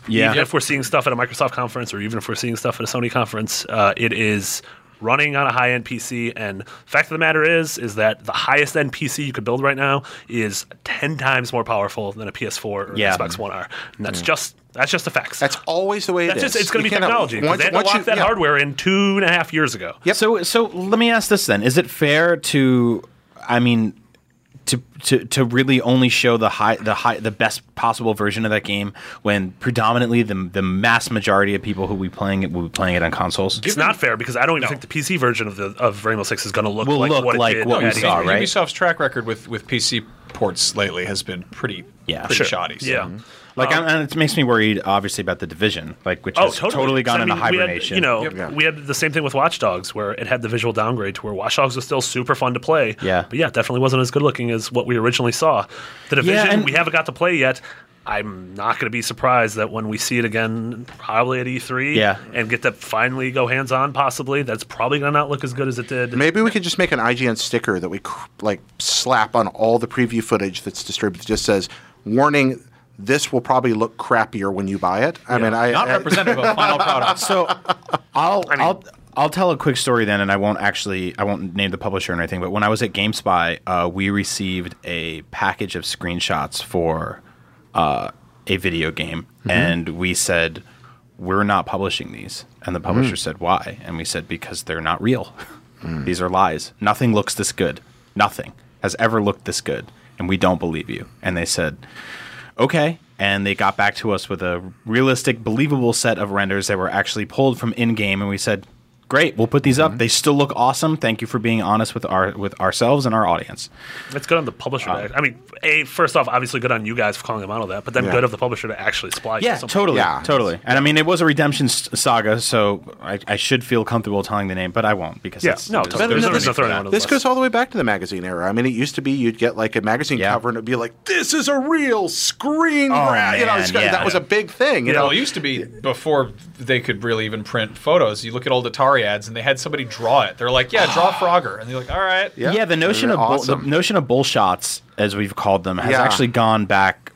yeah. Even if we're seeing stuff at a Microsoft conference or even if we're seeing stuff at a Sony conference, uh, it is running on a high-end PC. And fact of the matter is, is that the highest-end PC you could build right now is ten times more powerful than a PS4 or an Yeah. Xbox One R. And that's just that's just the facts. Mm-hmm. That's always the way it that's is. just it's going You to be cannot- technology. 'cause once- they had to once lock you- that yeah. hardware in two and a half years ago. So so let me ask this then: Is it fair to, I mean, to to to really only show the high the high the best possible version of that game when predominantly the the mass majority of people who will be playing it will be playing it on consoles? It's not fair because I don't even think the PC version of the of Rainbow Six is going to look Will like look what like it did what we at E E3. saw, right? Ubisoft's track record with, with PC ports lately has been pretty Yeah. pretty Sure. shoddy. so- Yeah. Mm-hmm. Like, Um, I'm, and it makes me worried, obviously, about the division, like which has totally, gone So, Oh, I into mean, we had, hibernation. you know, Yep. we had the same thing with Watch Dogs, where it had the visual downgrade to where Watch Dogs was still super fun to play. Yeah. but yeah, it definitely wasn't as good looking as what we originally saw. The division and- we haven't got to play yet. I'm not going to be surprised that when we see it again, probably at E3, Yeah. and get to finally go hands on, possibly, that's probably going to not look as good as it did. Maybe we could just make an IGN sticker that we cr- like slap on all the preview footage that's distributed. Just says, "Warning: This will probably look crappier when you buy it." I mean, I, Not I- representative of final product. so I'll I'll I'll tell a quick story then, and I won't actually I won't name the publisher or anything. But when I was at GameSpy, uh, we received a package of Mm-hmm. screenshots for uh, a video game, and we said we're not publishing these. And the Mm. publisher said, why? And we said, because they're not real. these are lies. Nothing looks this good. Nothing has ever looked this good. And we don't believe you. And they said, okay. And they got back to us with a realistic, believable set of renders that were actually pulled from in game. And we said, great, we'll put these up. They still look awesome. Thank you for being honest with our with ourselves and our audience. It's good on the publisher. Uh. to act- I mean, a first off, obviously good on you guys for calling them out on that, but then good of the publisher to actually supply. you Yeah, something. totally, Yeah. totally. And I mean, it was a redemption s- saga, so I, I should feel comfortable telling the name, but I won't because Yeah, it's- no, there's- totally. there's There's no no need reason to for throw it that. out of the This list. goes all the way back to the magazine era. I mean, it used to be you'd get like a magazine Yeah. Oh, cover and it'd be like, "This is a real screen grab." You know, man, it's got- yeah. that was a big thing. You You know, know, it used to be before they could really even print photos. You look at old Atari ads, and they had somebody draw it. They're like, "Yeah, draw Frogger," and they're like, "All right." Yeah, the notion They're of bull, awesome. the notion of bull shots, as we've called them, has Yeah. actually gone back.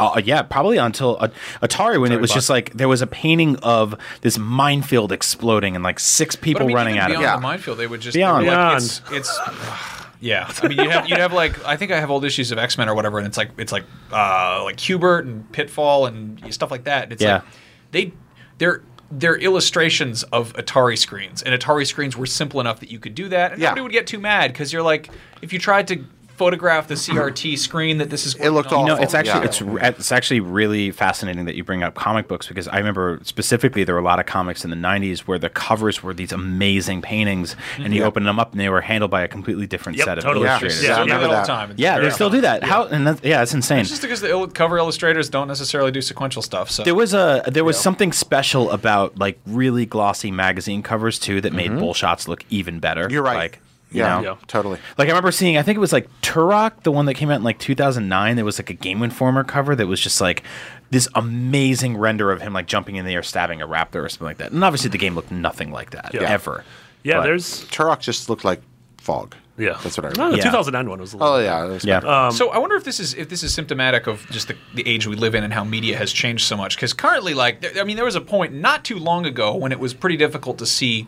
Uh, yeah, probably until uh, Atari when it was just like there was a painting of this minefield exploding and like six But I people mean, running even at it. beyond Yeah. the minefield, they would just Beyond. they were like, it's, it's yeah. I mean, you have you would have like I think I have old issues of X Men or whatever, and it's like it's like uh, like Hubert and Pitfall and stuff like that. It's Yeah. like they they're they're illustrations of Atari screens, and Atari screens were simple enough that you could do that, and Yeah. nobody would get too mad because you're like if you tried to photograph the CRT screen that this is It looked all. No, awful. it's actually Yeah. it's re- it's actually really fascinating that you bring up comic books because I remember specifically there were a lot of comics in the '90s where the covers were these amazing paintings, Mm-hmm. and you opened them up and they were handled by a completely different Yep, set of totally. Yeah. illustrators. Yeah, I Yeah, remember all that. the time. It's Yeah, they very still common. do that. How and that's, yeah, it's insane. It's just because the il- cover illustrators don't necessarily do sequential stuff. So There was a there was something special about like really glossy magazine covers too that made bull shots look even better. you're right. Like, you yeah, know? Yeah. totally. Like I remember seeing, I think it was like Turok, the one that came out in like 2009. There was like a Game Informer cover that was just like this amazing render of him like jumping in the air, stabbing a raptor or something like that. And obviously the game looked nothing like that Yeah. ever. Yeah, But- there's Turok just looked like fog. yeah. that's what I No, remember. the Yeah. 2009 one was. A little, Oh yeah, it was- Yeah. so I wonder if this is if this is symptomatic of just the, the age we live in and how media has changed so much. Because currently, like, there, I mean, there was a point not too long ago when it was pretty difficult to see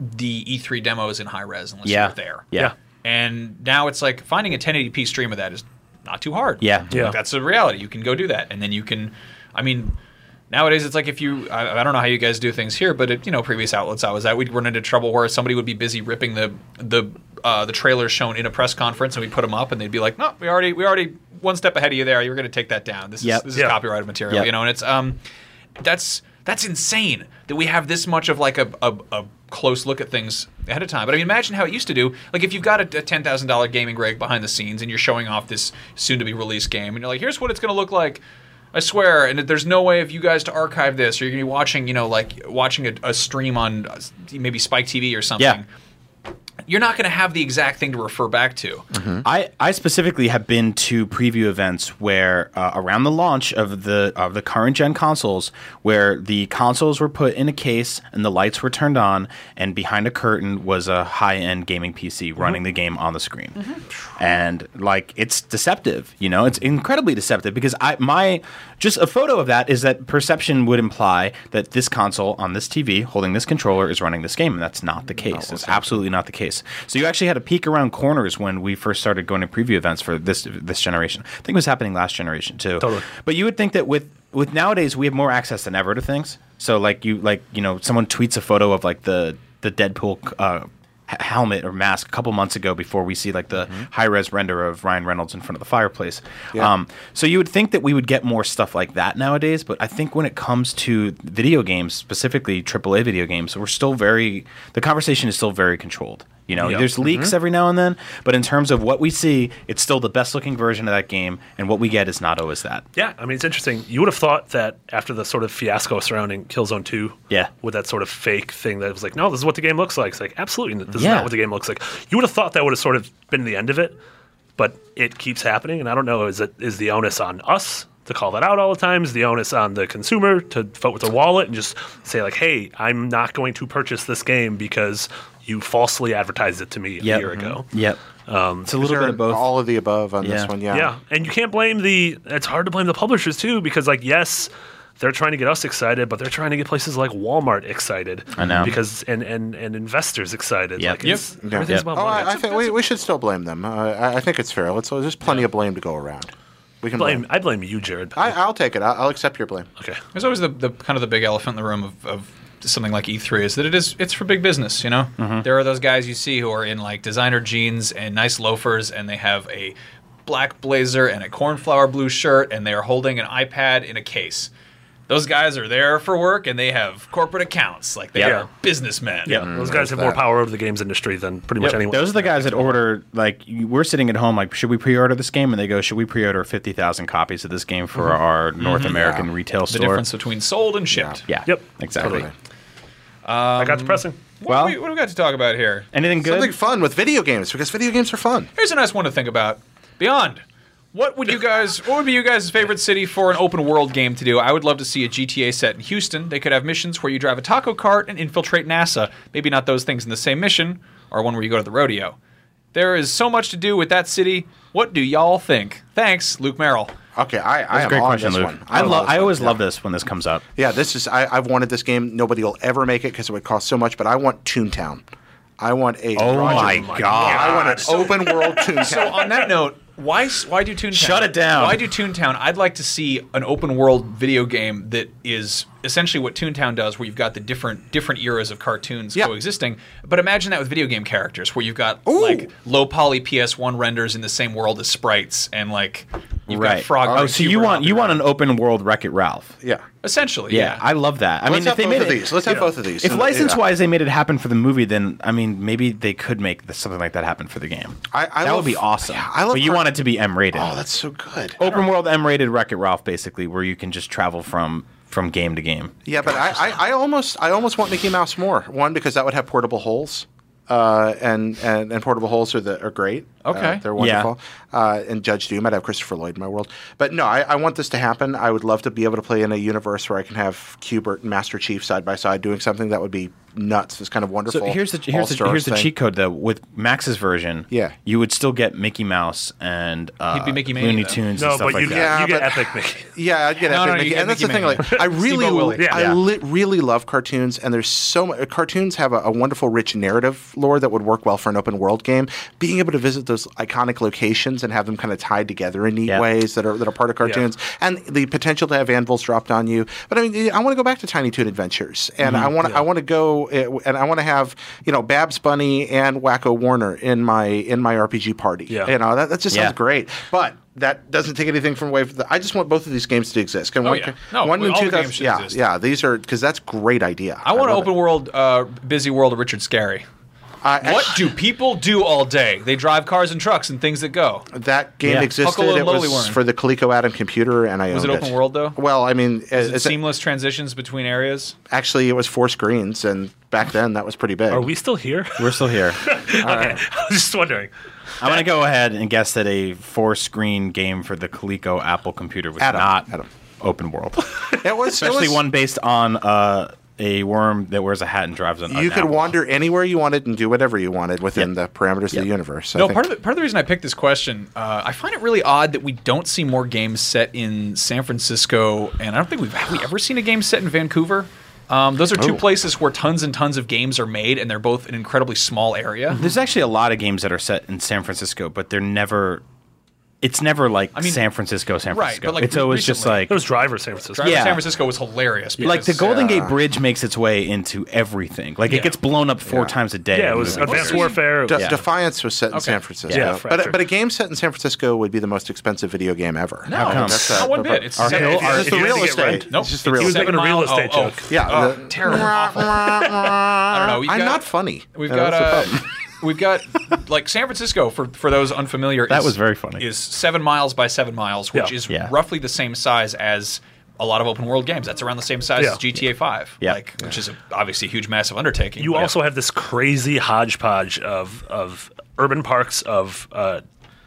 the E3 demos in high res unless yeah. you were there. Yeah. And now it's like finding a 1080p stream of that is not too hard. Yeah. Like, Yeah. that's the reality. You can go do that, and then you can, I mean. Nowadays, it's like if you, I, I don't know how you guys do things here, but at, you know, previous outlets I was at, we'd run into trouble where somebody would be busy ripping the the uh, the trailers shown in a press conference, and we put them up, and they'd be like, "No, we already we already one step ahead of you there. You were going to take that down. This is Yep. this Yeah. is copyrighted material, Yep. you know." And it's um, that's that's insane that we have this much of like a, a, a close look at things ahead of time. But I mean, imagine how it used to do. Like if you've got a, a ten thousand dollar gaming rig behind the scenes and you're showing off this soon to be released game, and you're like, here's what it's going to look like. I swear, and there's no way of you guys to archive this, or you're gonna be watching, you know, like watching a, a stream on uh, maybe Spike TV or something. Yeah. You're not gonna have the exact thing to refer back to. I, I specifically have been to preview events where uh, around the launch of the of the current gen consoles, where the consoles were put in a case and the lights were turned on, and behind a curtain was a high end gaming PC running the game on the screen, and like it's deceptive, you know, it's incredibly deceptive because I my just a photo of that is that perception would imply that this console on this TV holding this controller is running this game, and that's not the case. It's absolutely not the case. So you actually had to peek around corners when we first started going to preview events for this this generation. I think it was happening last generation too. Totally. But you would think that with with nowadays we have more access than ever to things. So like you like you know someone tweets a photo of like the the Deadpool. Uh, h- helmet or mask a couple months ago before we see like the high res render of Ryan Reynolds in front of the fireplace. Um, so you would think that we would get more stuff like that nowadays, but I think when it comes to video games, specifically AAA video games, we're still very the conversation is still very controlled. You know, Yep. there's leaks every now and then, but in terms of what we see, it's still the best looking version of that game, and what we get is not always that. Yeah, I mean it's interesting. You would have thought that after the sort of fiasco surrounding Killzone Two, Yeah. with that sort of fake thing that was like, no, this is what the game looks like. It's like absolutely, n- this is Yeah. not what the game looks like. You would have thought that would have sort of been the end of it, but it keeps happening, and I don't know. Is it is the onus on us to call that out all the time? Is the onus on the consumer to vote with their wallet and just say like, hey, I'm not going to purchase this game because you falsely advertised it to me a Mm-hmm. year ago. Yep. it's a little bit Um, Sure, of both. All of the above on Yeah. this one. Yeah. Yeah, and you can't blame the. It's hard to blame the publishers too because like yes, they're trying to get us excited, but they're trying to get places like Walmart excited. I know. because and and and investors excited. Yep. Like, it's- Yep. Everything's Yep. about Oh, money. I, I think we, we should still blame them. Uh, I, I think it's fair. Let's, there's plenty of blame to go around. We can Blame, blame. I blame you, Jared. I, I'll take it. I, I'll accept your blame. okay. There's always the, the kind of the big elephant in the room of, of something like E3 is that it is it's for big business. You know, Mm-hmm. there are those guys you see who are in like designer jeans and nice loafers, and they have a black blazer and a cornflower blue shirt, and they are holding an iPad in a case. Those guys are there for work, and they have corporate accounts. Like they Yeah. are businessmen. Yeah, those guys have more Mm, that. power over the games industry than pretty much anyone. Those are the guys that order. Like you- we're sitting at home, like should we pre-order this game? And they go, should we pre-order fifty thousand copies of this game for our North American retail The store? difference between sold and shipped. Yeah. Yep. Exactly. Totally. I got the pressing. What, well, Well- we, what do we got to talk about here? Anything good? Something fun with video games because video games are fun. Here's a nice one to think about. Beyond. What would you guys? What would be you guys' favorite city for an open world game to do? I would love to see a GTA set in Houston. They could have missions where you drive a taco cart and infiltrate NASA. Maybe not those things in the same mission, or one where you go to the rodeo. There is so much to do with that city. What do y'all think? Thanks, Luke Merrill. Okay, I, I That's am a great on question, this Luke. one. I I'm on love. this I one, always yeah. love this when this comes up. Yeah, this is. I, I've wanted this game. Nobody will ever make it because it would cost so much. But I want Toontown. I want a. Oh my Roger- God. I want an open world Toontown. On that note, why s- why do Toontown? Shut it down. Why do Toontown? I'd like to see an open world video game that is essentially what Toontown does, where you've got the different different eras of cartoons Yeah. coexisting. But imagine that with video game characters, where you've got like low poly PS1 renders in the same world as sprites, and like you've got Right. frog. oh, so you want you want an open world Wreck It Ralph? yeah. essentially? Yeah, I love that. I Let's mean, have if they both made of it- these. Let's have both of these. If Yeah. license wise they made it happen for the movie, then I mean maybe they could make this, something like that happen for the game. I- I that love- would be awesome. yeah, I love but you her- want it to be M rated. Oh, that's so good. open world M rated Wreck It Ralph, basically, where you can just travel from from game to game. Yeah, but I, I, I almost I almost want Mickey Mouse more. One because that would have portable holes, uh, and, and and portable holes are the are great. Okay. uh, they're Yeah. wonderful. Uh, and Judge Doom, I'd have Christopher Lloyd in my world. But no, I, I want this to happen. I would love to be able to play in a universe where I can have Cubert and Master Chief side by side doing something that would be nuts. It's kind of wonderful. So here's the here's the, all-stars here's the thing. cheat code though. With Max's version, Yeah. you would still get Mickey Mouse and uh, He'd be Mickey Mania, Looney though. Tunes and No, stuff but like you, that. get, Yeah, you get but- epic Mickey. Yeah, I'd get No, epic no, you Mickey. get and that's Mickey the thing. Mania. Like, I really, Steamboat Willie. Yeah. I Yeah. li- really love cartoons, and there's so much. Cartoons have a, a wonderful, rich narrative lore that would work well for an open world game. Being able to visit those iconic locations and have them kind of tied together in neat Yeah. ways that are that are part of cartoons, and the potential to have anvils dropped on you. But I mean, I want to go back to Tiny Toon Adventures, and Mm-hmm. I want to I want to go uh, and I want to have you know Babs Bunny and Wacko Warner in my in my RPG party. Yeah. You know that, that just Yeah. sounds great, but. That doesn't take anything from away. From the, I just want both of these games to exist. Can Oh, one, yeah. No, one we- in all the 2000 games should yeah, exist. yeah. These are because that's great idea. I want an love open it. world, uh, busy world of Richard Scarry. I- What do people do all day? They drive cars and trucks and things that go. that game Yeah. existed? Huckle and It was Lowly Worm. for the Coleco Atom computer, and I Was owned it open world, though? Well, I mean, Is it seamless transitions between areas? actually, it was four screens, and back then that was pretty big. Are we still here? We're still here. I was just wondering. I'm gonna go ahead and guess that a four screen game for the Coleco Apple computer was Adam, not Adam. open world. It was Especially it was, one based on uh, a worm that wears a hat and drives an. You an could apple. wander anywhere you wanted and do whatever you wanted within the parameters of the universe. I No, think. part of the, part of the reason I picked this question, uh, I find it really odd that we don't see more games set in San Francisco, and I don't think we've have we ever seen a game set in Vancouver. Um, those are two places where tons and tons of games are made, and they're both an incredibly small area. There's actually a lot of games that are set in San Francisco, but they're never. It's never like mean- San Francisco, San Right, Francisco. but, like, it's always just recently- like It was Driver San Francisco. Drive to Yeah. San Francisco was hilarious. like the because- uh, Golden Gate Bridge makes its way into everything. Like Yeah. it gets blown up four times a day. Yeah, it in was movies. Advanced Yeah. Warfare. It De- was- Defiance was set in San Francisco, Yeah, but fracture. but a game set in San Francisco would be the most expensive video game ever. No, come? it's That's a- not one bit. It's Our seven- hill- it's our- just if the you real had to get estate. rent, Nope, it's just the real estate. seven He was making a real mile- oh, estate oh, joke. Yeah, oh, the- terrible, awful. I don't know. We've I'm got- not funny. We've Yeah, got that's the uh, problem. we've got like San Francisco for for those unfamiliar. That was very funny. Is seven miles by seven miles, which Yeah. is Yeah. roughly the same size as a lot of open world games. That's around the same size Yeah. as GTA Five. Yeah. like which is a, obviously a huge, massive undertaking. You but- also have this crazy hodgepodge of of urban parks, of uh,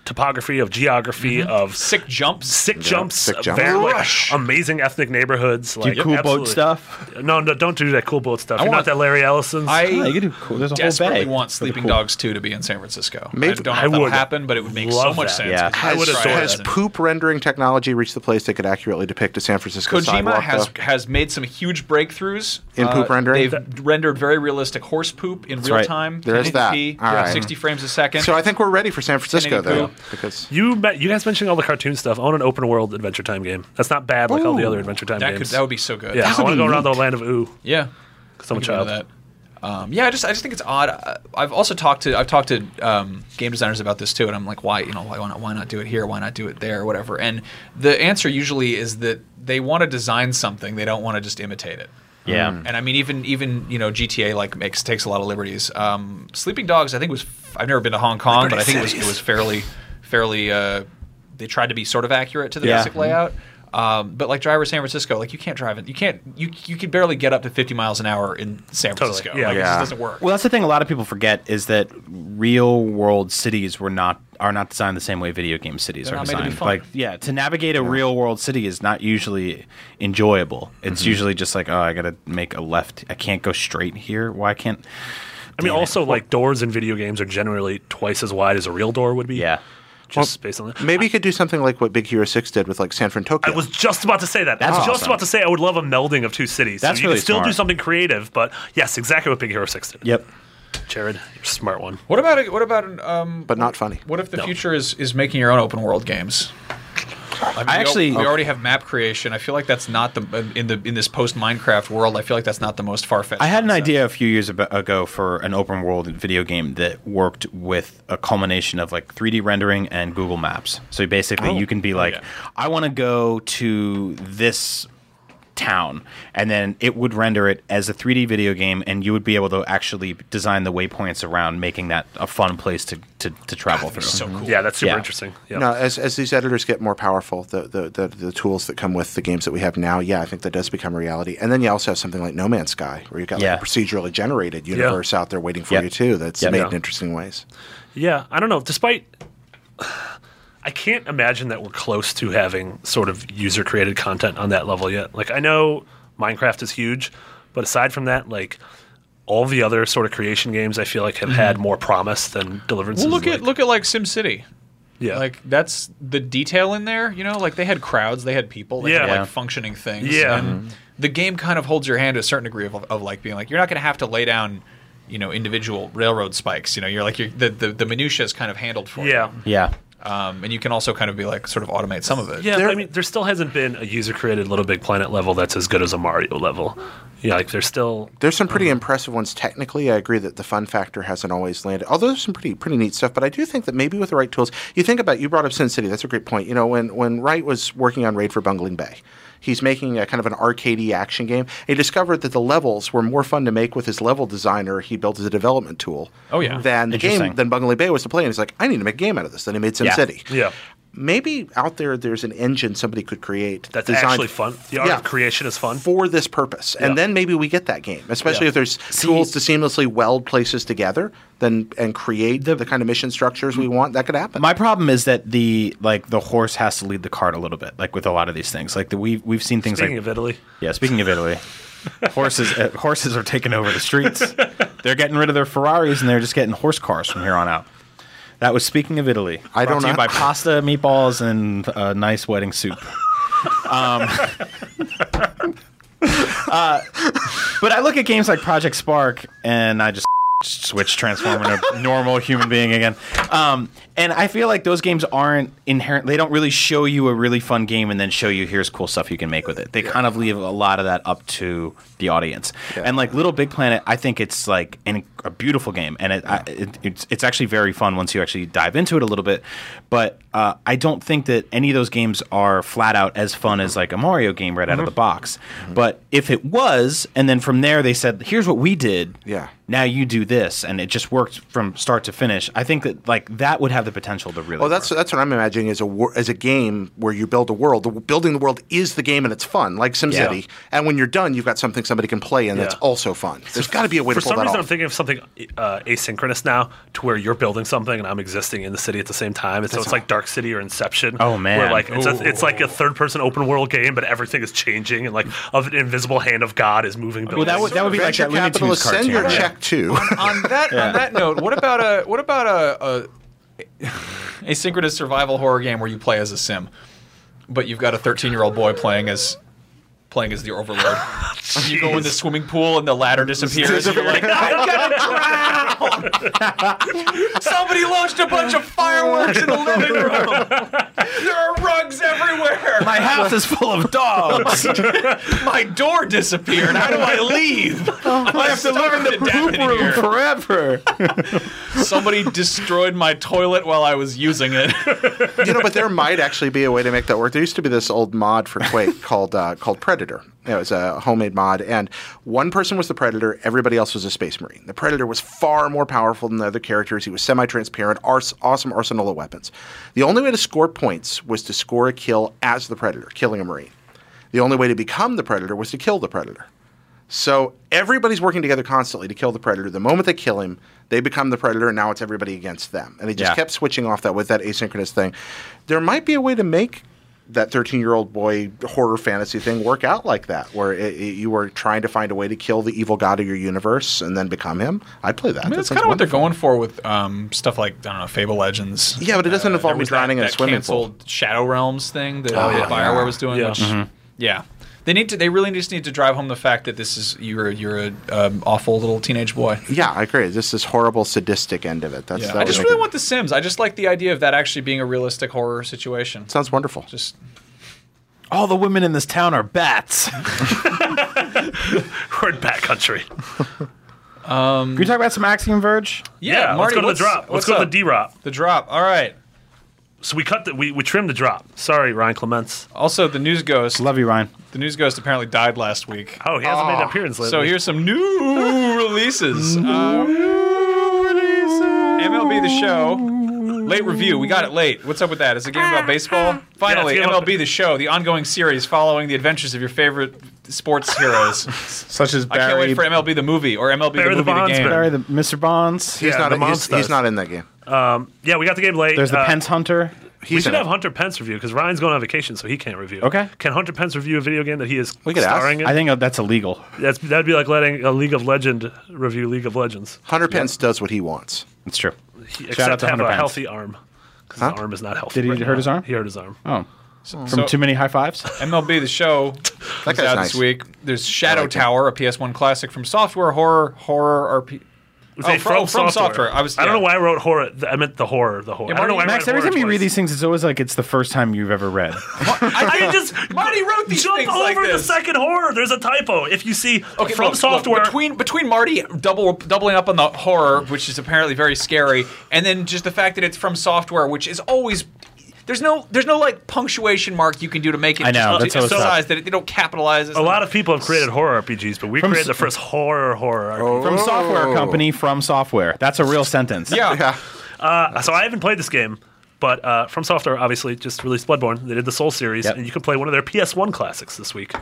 topography, of geography, of Mm-hmm. sick jumps. sick jumps, sick jumps. very, like, Rush. amazing ethnic neighborhoods. Like, cool boat absolutely. stuff? No, no, don't do that cool boat stuff. You're want- not that Larry Ellison's. I Yeah, you could do cool. There's a whole desperately bay. want for the Sleeping cool- Dogs Two to be in San Francisco. I Maybe- don't know I if that'll would happen, but it would make so love much that. sense. Yeah. because I would has, it's adored Friday has night. poop rendering technology reached the place they could accurately depict a San Francisco Kojima sidewalk? has though? has made some huge breakthroughs Uh, In poop rendering? They've rendered very realistic horse poop in real right. time. There is that. 1080p, All right. sixty frames a second. so I think we're ready for San Francisco, 1080p. though. because You met, you guys mentioning all the cartoon stuff. I want an open world Adventure Time game. That's not bad like all the Ooh. other Adventure Time That could games. that would be so good. yeah, I would want to be go around the land of ooh. Yeah, Because I'm a I can do child. That. Um, yeah, I just I just think it's odd. I- I've also talked to I've talked to um, game designers about this too, and I'm like, why you know why not why not do it here? Why not do it there? Or whatever. And the answer usually is that they want to design something, they don't want to just imitate it. Yeah. Mm-hmm. And I mean, even even you know GTA like makes takes a lot of liberties. Um, Sleeping Dogs, I think was f- I've never been to Hong Kong, but I think it was, it was fairly fairly uh, they tried to be sort of accurate to the Yeah. basic layout. Um, but like driver San Francisco, like you can't drive it. You can't you you could barely get up to 50 miles an hour in San Totally. Francisco. Yeah. Like, it Yeah. just doesn't work. Well, that's the thing. A lot of people forget is that real world cities were not are not designed the same way video game cities They're are not made to be designed. fun. Like, yeah, to navigate a real world city is not usually enjoyable. It's usually just like, oh, I gotta make a left. I can't go straight here. Why can't? I mean, also like doors in video games are generally twice as wide as a real door would be. Yeah. Just based on that. maybe you could do something like what Big Hero Six did with like San Fran I Tokyo. was just about to say that. I was That's just awesome. about to say I would love a melding of two cities. That's so you really can still do smart. something creative, but yes, exactly what Big Hero 6 did. Yep. Jared, you're a smart one. What about a, what about an, um but not funny. what if the No. future is is making your own open world games? I, mean, we al- actually- we already have map creation. I feel like that's not the in the in this post Minecraft world. I feel like that's not the most far fetched. I had an idea a few years ab- ago for an open world video game that worked with a culmination of like 3D rendering and Google Maps. So basically, you can be like, Oh, yeah. I want to go to this town, and then it would render it as a 3D video game, and you would be able to actually design the waypoints around making that a fun place to, to, to travel through. So cool. Yeah, that's super Yeah. interesting. Yeah. No, as, as these editors get more powerful, the, the, the, the tools that come with the games that we have now, yeah, I think that does become a reality. And then you also have something like No Man's Sky, where you've got Yeah. like a procedurally generated universe out there waiting for Yep. you, too, that's Yep. made Yeah. in interesting ways. Yeah, I don't know. Despite, I can't imagine that we're close to having sort of user created content on that level yet. Like, I know Minecraft is huge, but aside from that, like, all the other sort of creation games I feel like Mm-hmm. have had more promise than Deliverance. Well, is, look like, at look at like SimCity. yeah. Like that's the detail in there. You know, like they had crowds, they had people, they had Yeah. like functioning things. Yeah. and the game kind of holds your hand to a certain degree of, of like being like you're not going to have to lay down, you know, individual railroad spikes. You know, you're like you're, the the the minutia is kind of handled for yeah. you. Yeah. Um, and you can also kind of be like sort of automate some of it. Yeah, but I mean, there still hasn't been a user created Little Big Planet level that's as good as a Mario level. Yeah, like, there's still. There's some pretty impressive ones technically. I agree that the fun factor hasn't always landed. Although there's some pretty pretty neat stuff, but I do think that maybe with the right tools, you think about you brought up Sin City. That's a great point. You know, when when Wright was working on Raid for Bungling Bay, he's making a kind of an arcadey action game. He discovered that the levels were more fun to make with his level designer he built as a development tool. Oh, yeah. than the game Interesting. than Bungling Bay was to play. And he's like, I need to make a game out of this. Then he made Sin Yeah. City. Yeah. Maybe out there, there's an engine somebody could create That's designed actually fun. The art Yeah. of creation is fun. for this purpose, and Yeah. then maybe we get that game. Especially if there's tools to seamlessly weld places together, then and create the, kind of mission structures we want. That could happen. My problem is that the like the horse has to lead the cart a little bit, like with a lot of these things. Like the, we've we've seen things Speaking like of Italy. Yeah, speaking of Italy, horses uh, horses are taking over the streets. they're getting rid of their Ferraris and they're just getting horse cars from here on out. That was speaking of Italy. I Brought don't to you know. by pasta, meatballs, and a nice wedding soup. Um, uh, but I look at games like Project Spark, and I just switch transform into a normal human being again. Um, and I feel like those games aren't inherent. They don't really show you a really fun game and then show you here's cool stuff you can make with it. They kind of leave a lot of that up to the audience. And like Little Big Planet, I think it's like an, a beautiful game, and it, I, it, it's it's actually very fun once you actually dive into it a little bit. But uh, I don't think that any of those games are flat out as fun as like a Mario game right out of the box. But if it was, and then from there they said, here's what we did Yeah. now you do this and it just worked from start to finish i think that like that would have the potential to really well, that's work. that's what I'm imagining is a wor- as a game where you build a world. The, building the world is the game, and it's fun, like SimCity. And when you're done, you've got something somebody can play, and that's Yeah. also fun. There's got to be a way For to pull some that reason, I'm off. thinking of something uh, asynchronous now, to where you're building something and I'm existing in the city at the same time. And so it's like Dark City or Inception. Oh, man. where like it's, a, it's like a third-person open-world game, but everything is changing, and like of an invisible hand of God is moving. well buildings. that would that would be like Venture that Looney Tunes capitalists send cartoon your yeah. check to. on that on that note, what about a what about a, a asynchronous survival horror game where you play as a sim, but you've got a 13 year old boy playing as playing as the Overlord. you go in the swimming pool and the ladder disappears. and you're like, I'm gonna drown! Somebody launched a bunch of fireworks in the living room. There are rugs everywhere. My, house is full of dogs. my door disappeared. How do I leave? I have to live in the poop room. Forever. Somebody destroyed my toilet while I was using it. you know, but there might actually be a way to make that work. There used to be this old mod for Quake called uh, called Predator. It was a homemade mod, and one person was the Predator, everybody else was a Space Marine. The Predator was far more powerful than the other characters. He was semi-transparent, ars- awesome arsenal of weapons. The only way to score points was to score a kill as the Predator, killing a Marine. The only way to become the Predator was to kill the Predator. So everybody's working together constantly to kill the predator. The moment they kill him, they become the predator, and now it's everybody against them. And they just Yeah. kept switching off that with that asynchronous thing. There might be a way to make that 13 year old boy horror fantasy thing work out like that, where it, it- you were trying to find a way to kill the evil god of your universe and then become him. I'd play that. I mean, That that's sounds kind of what they're wonderful. going for with um, stuff like I don't know, Fable Legends. Yeah, but it doesn't involve Uh, there me was drowning that, in a that swimming canceled Shadow Realms thing that, that Bioware was doing. Oh, Yeah. Mm-hmm. Which, yeah, they need to. They really just need to drive home the fact that this is you're you're a um, awful little teenage boy. Yeah, I agree. This is horrible, sadistic end of it. That's that I would just make really it- want The Sims. I just like the idea of that actually being a realistic horror situation. Sounds wonderful. Just All the women in this town are bats. We're in backcountry. Can we talk about some Axiom Verge? Yeah, let's go to the what's- drop. Let's what's go to up? the D drop. The drop. All right. So we cut the we, we trimmed the drop. Sorry, Ryan Clements. Also, the news ghost. Love you, Ryan. The news ghost apparently died last week. Oh, he hasn't made an appearance lately. So here's some new releases. Uh, MLB The Show. Late review. We got it late. What's up with that? Is it a game Ah, about baseball? Finally, game about- MLB The Show, the ongoing series following the adventures of your favorite sports heroes. Such as I can't Barry, wait for MLB The Movie or MLB The Barry the Movie The Bondsman. Game. Barry the Mr. Bonds. yeah, He's, not the in, he's, monsters. he's not in that game. Yeah, we got the game late. There's the Uh, Pence Hunter. We He's should in have it. Hunter Pence review because Ryan's going on vacation, so he can't review. Okay. Can Hunter Pence review a video game that he is could ask. starring in? I think uh, that's illegal. That's, that'd be like letting a League of Legend review League of Legends. Hunter Pence does what he wants. It's true. except out to have Hunter a Pence. healthy arm. Because Huh? his arm is not healthy. Did he right hurt now. his arm? He hurt his arm. Oh, from So- too many high fives. MLB The Show That comes guy's out nice. this week. There's Shadow Tower, a PS1 classic from Software Horror Horror RP. Is Oh, it from- from software. I was- don't yeah. know why I wrote horror. Th- I meant the horror. The horror. I don't know why I Max, wrote every time horror you read twice. these things, it's always like it's the first time you've ever read. I can just Marty wrote these jump things over like the this. second horror. There's a typo. If you see from look, look, software, between between Marty double doubling up on the horror, which is apparently very scary, and then just the fact that it's from software, which is always there's no there's no like punctuation mark you can do to make it I know, just, that's what's to up. emphasize that it, they don't capitalize. a lot of people have created horror RPGs, but we From created s- Oh. the first horror horror. RPG. from software company, from software. That's a real sentence. yeah. Yeah. Uh, so I haven't played this game, but uh, From Software obviously just released Bloodborne. They did the Soul series, Yep. and you can play one of their PS1 classics this week.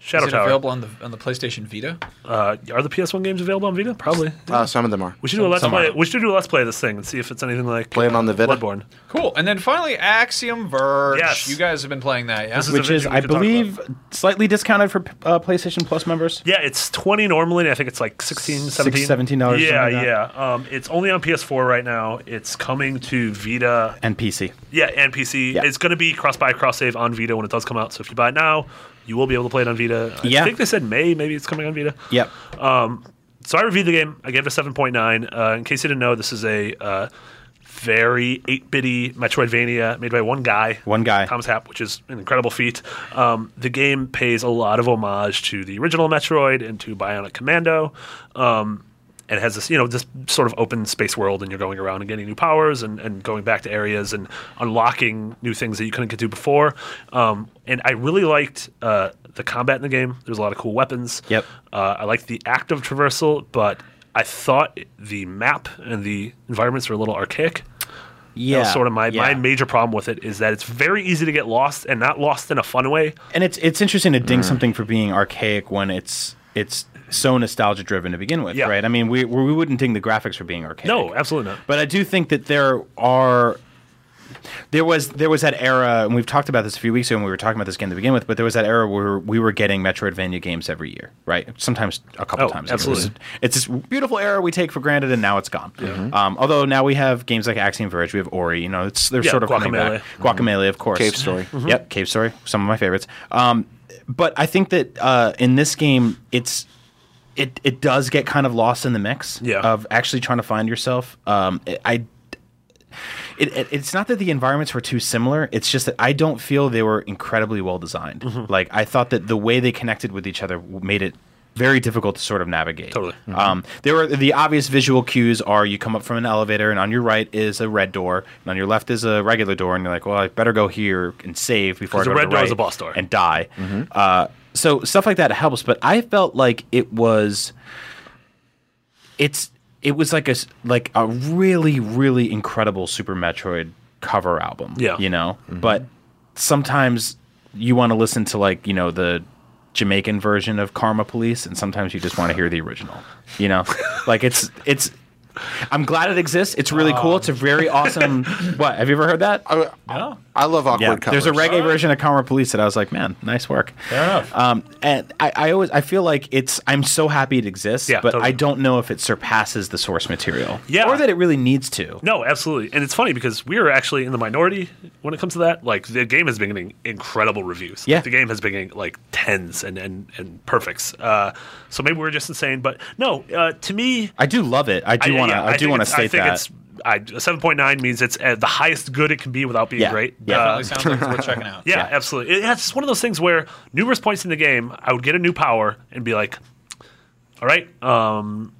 Shadow Is it Tower. available on the on the PlayStation Vita? Uh, are the PS1 games available on Vita? Probably. Uh, some of them are. We should do a let's Some play. are. We should do a let's play of this thing and see if it's anything like Play it on the Vita? Bloodborne. Cool. And then finally, Axiom Verge. Yes. You guys have been playing that, yeah? This is Which a is, video we I could talk believe, slightly discounted for uh, PlayStation Plus members. Yeah, it's 20 normally, and I think it's like 16, 17. $17, something Yeah, like that. yeah. Um, it's only on PS4 right now. It's coming to Vita. And PC. Yeah, and PC. Yeah. It's going to be cross buy, cross save on Vita when it does come out. So if you buy it now, you will be able to play it on Vita. I Yeah. think they said May, maybe it's coming on Vita. Yep. Uh, So I reviewed the game. I gave it a 7.9. Uh, in case you didn't know, this is a uh, very 8 bitty Metroidvania made by one guy. One guy. Thomas Happ, which is an incredible feat. Um, the game pays a lot of homage to the original Metroid and to Bionic Commando. Um, and it has this, you know, this sort of open space world, and you're going around and getting new powers and, and going back to areas and unlocking new things that you couldn't get to before. Um, and I really liked uh, the combat in the game. There's a lot of cool weapons. Yep. Uh, I liked the act of traversal, but I thought the map and the environments were a little archaic. That yeah. was sort of my, my yeah. major problem with it is that it's very easy to get lost and not lost in a fun way. And it's it's interesting to ding something for being archaic when it's it's so nostalgia driven to begin with, Yeah. right? I mean, we we wouldn't ding the graphics for being archaic. No, absolutely not. But I do think that there are there was there was that era, and we've talked about this a few weeks ago when we were talking about this game to begin with. But there was that era where we were getting Metroidvania games every year, right? Sometimes a couple Oh, times. a year. It absolutely. was- It's this beautiful era we take for granted, and now it's gone. Um, although now we have games like Axiom Verge, we have Ori. You know, it's they're Yeah, sort of coming back. Guacamole, of course. Cave Story. Yep, Cave Story. Some of my favorites. Um, but I think that uh, in this game, it's it it does get kind of lost in the mix Yeah. of actually trying to find yourself. Um, I. It, it, it's not that the environments were too similar. It's just that I don't feel they were incredibly well designed. Mm-hmm. Like I thought that the way they connected with each other w- made it very difficult to sort of navigate. Totally. Um, there were the obvious visual cues are you come up from an elevator and on your right is a red door and on your left is a regular door and you're like, well, I better go here and save before I 'Cause go the to red door is right a boss Mm-hmm. door. and die. Uh, so stuff like that helps, but I felt like it was it's it was like a s- like a really really incredible Super Metroid cover album. Yeah. Mm-hmm. you know, but sometimes you want to listen to like you know the Jamaican version of Karma Police, and sometimes you just want to hear the original. You know, like it's it's. I'm glad it exists. It's really cool. It's a very awesome. what have you ever heard that? I love awkward Yeah, covers. there's a reggae version of Karma Police that I was like, man, nice work. Fair enough. Um, and I, I always I feel like it's I'm so happy it exists, Yeah, but totally. I don't know if it surpasses the source material, Yeah. or that it really needs to. No, absolutely. And it's funny because we are actually in the minority when it comes to that. Like the game has been getting incredible reviews. Yeah. The game has been getting like tens and and, and perfects. Uh, so maybe we're just insane, but no, uh, to me I do love it. I do want to. yeah, I, do think want it's- to state that. I think it's I, 7.9 means it's uh, the highest good it can be without being Yeah, great. yeah. Uh, Definitely sounds like it's worth checking out. yeah, Yeah. absolutely. It- yeah, it's just one of those things where numerous points in the game, I would get a new power and be like, all right, um,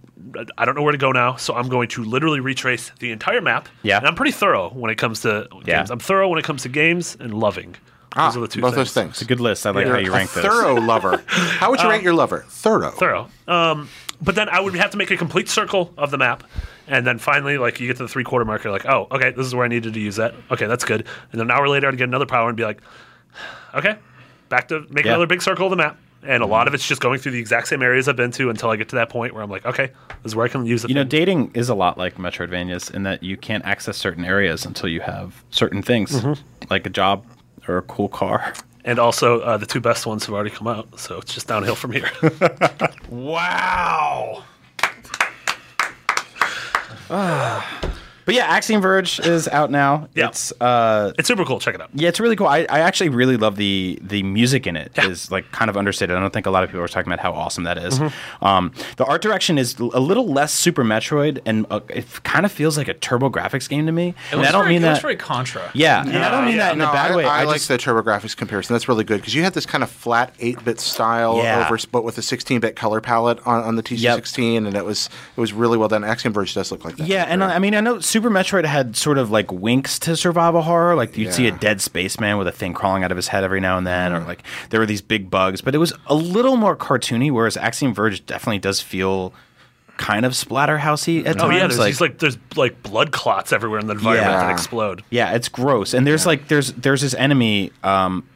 I don't know where to go now, so I'm going to literally retrace the entire map. Yeah. And I'm pretty thorough when it comes to Yeah. games. I'm thorough when it comes to games and loving. Ah, those are the two both things. those things. Good list. I like how you rank a those. thorough lover. How Um, would you rank your lover? Thorough. Thorough. Um, but then I would have to make a complete circle of the map. And then finally, like you get to the three quarter mark, you're like, oh, okay, this is where I needed to use that. Okay, that's good. And then an hour later, I'd get another power and be like, okay, back to make Yeah. Mm-hmm. another big circle of the map. And a lot of it's just going through the exact same areas I've been to until I get to that point where I'm like, okay, this is where I can use it. You know, dating is a lot like Metroidvanias in that you can't access certain areas until you have certain things, Mm-hmm. like a job or a cool car. and also, uh, the two best ones have already come out, so it's just downhill from here. Wow. But yeah, Axiom Verge is out now. Yeah. It's uh, it's super cool. Check it out. Yeah, it's really cool. I, I actually really love the the music in it. Is like kind of understated. I don't think a lot of people are talking about how awesome that is. Mm-hmm. Um, the art direction is l- a little less Super Metroid, and uh, it kind of feels like a Turbo Graphics game to me. It and looks I don't very, mean it looks that. very Contra. yeah, and I don't mean that in No, a bad I, way. I, I, like just, the TurboGrafx comparison. That's really good because you had this kind of flat 8 bit style Yeah. over, but with a 16 bit color palette on, on the TC16, and it was it was really well done. Axiom Verge does look like that. Yeah, and I, I mean, I know Super Metroid had sort of like winks to survival horror. Like you'd see a Yeah. dead spaceman with a thing crawling out of his head every now and then, or Mm-hmm. like there were these big bugs. But it was a little more cartoony. Whereas Axiom Verge definitely does feel kind of splatterhousey at Oh times. yeah, there's like- these like there's like blood clots everywhere in the environment Yeah. that explode. Yeah, it's gross. And there's like there's there's this enemy. Um,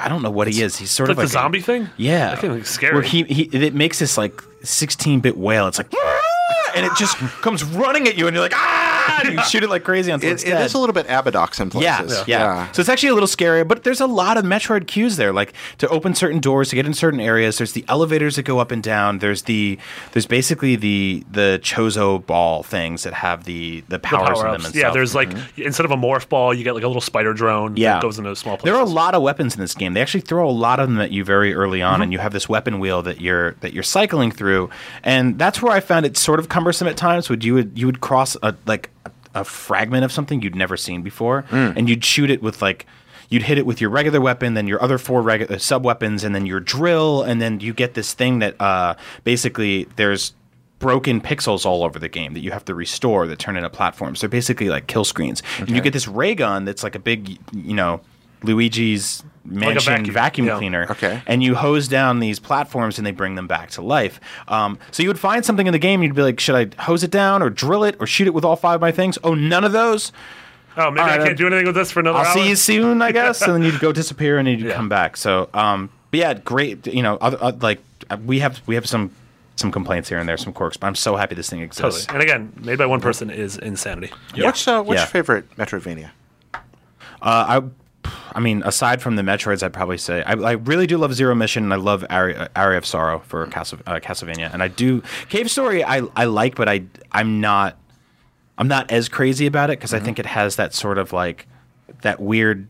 I don't know what he is. He's sort Like, of like the a- zombie thing. yeah, that thing looks scary. Where he, he it makes this like 16-bit wail. It's like and it just comes running at you, and you're like ah! And you shoot it like crazy until It, it's it dead. is a little bit Abadox in Yeah, places. yeah, So it's actually a little scary, but there's a lot of Metroid cues there, like to open certain doors to get in certain areas. There's the elevators that go up and down. There's the there's basically the the Chozo ball things that have the the The powers in them. power-ups. And yeah, stuff. Mm-hmm. there's like instead of a morph ball, you get like a little spider drone. yeah. that goes into small places. There are a lot of weapons in this game. They actually throw a lot of them at you very early on, Mm-hmm. and you have this weapon wheel that you're that you're cycling through, and that's where I found it sort of cumbersome at times. Would you would you would cross a like a fragment of something you'd never seen before, Mm. and you'd shoot it with like. You'd hit it with your regular weapon, then your other four regu- uh, sub weapons, and then your drill, and then you get this thing that uh, basically there's broken pixels all over the game that you have to restore that turn into platforms. They're basically like kill screens. And you get this ray gun that's like a big, you know, Luigi's mansion vacuum, vacuum, yeah. cleaner. Okay. And you hose down these platforms and they bring them back to life. Um, so you would find something in the game and you'd be like, should I hose it down or drill it or shoot it with all five of my things? Oh, none of those? Oh, maybe All I right, can't um, do anything with this for another I'll hour. see you soon, I guess. and then you'd go disappear, and then you'd Yeah. come back. So, um, but yeah, great. You know, other, uh, like uh, we have we have some some complaints here and there, some quirks. But I'm so happy this thing Totally. exists. And again, made by one person is insanity. What's, uh, what's Yeah. your favorite Metroidvania? Uh, I, I mean, aside from the Metroids, I'd probably say I, I really do love Zero Mission, and I love Area, Area of Sorrow for Mm-hmm. Castle, uh, Castlevania, and I do Cave Story. I I like, but I I'm not Mm-hmm. I'm not as crazy about it because I think it has that sort of like that weird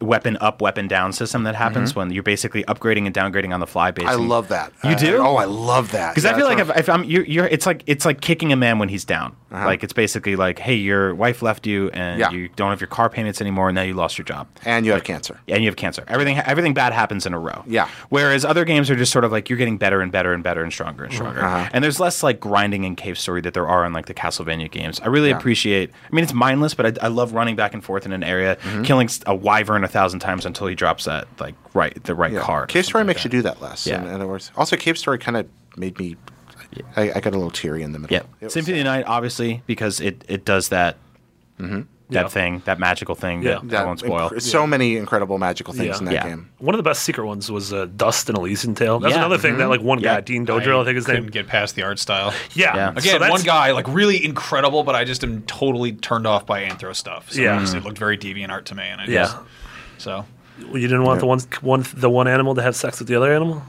weapon up, weapon down system that happens when you're basically upgrading and downgrading on the fly. Basically, Mm-hmm. I love that. You I- do? oh, I love that. Because I Yeah, feel that's like what if, if I'm, you're, you're, it's like it's like kicking a man when he's down. Like it's basically like, hey, your wife left you, and Uh-huh. Yeah. you don't have your car payments anymore, and now you lost your job, and you have cancer. and you have cancer. Everything everything bad happens in a row. Yeah. Whereas other games are just sort of like you're getting better and better and better and stronger and stronger. Uh-huh. And there's less like grinding and cave story that there are in like the Castlevania games. I really appreciate. I mean, it's mindless, but I, I love running back and forth in an area, Mm-hmm. killing s- a wyvern a thousand times until he drops that like right the right Yeah. card. or Cave Story something like makes that. you do that less. Yeah. In other words, also Cave Story kind of made me. I, I got a little teary in the middle. Yeah. It was- Symphony of the Night, obviously, because it, it does that that Yeah. thing, that magical thing Yeah. that, I Mm-hmm. that won't spoil. inc- so many incredible magical things Yeah. in that Yeah. game. One of the best secret ones was uh, Dust and Elysian Tale. That's Yeah. Mm-hmm. another thing that like one Yeah. guy, Dean Dodrill, I, think his couldn't name. get past the art style. Yeah. Yeah. Again, that's- one guy like really incredible, but I just am totally turned off by anthro stuff. So Yeah. it, just- it looked very deviant art to me, and I Yeah. just so Well, you didn't want the one, one the one animal to have sex with the other animal.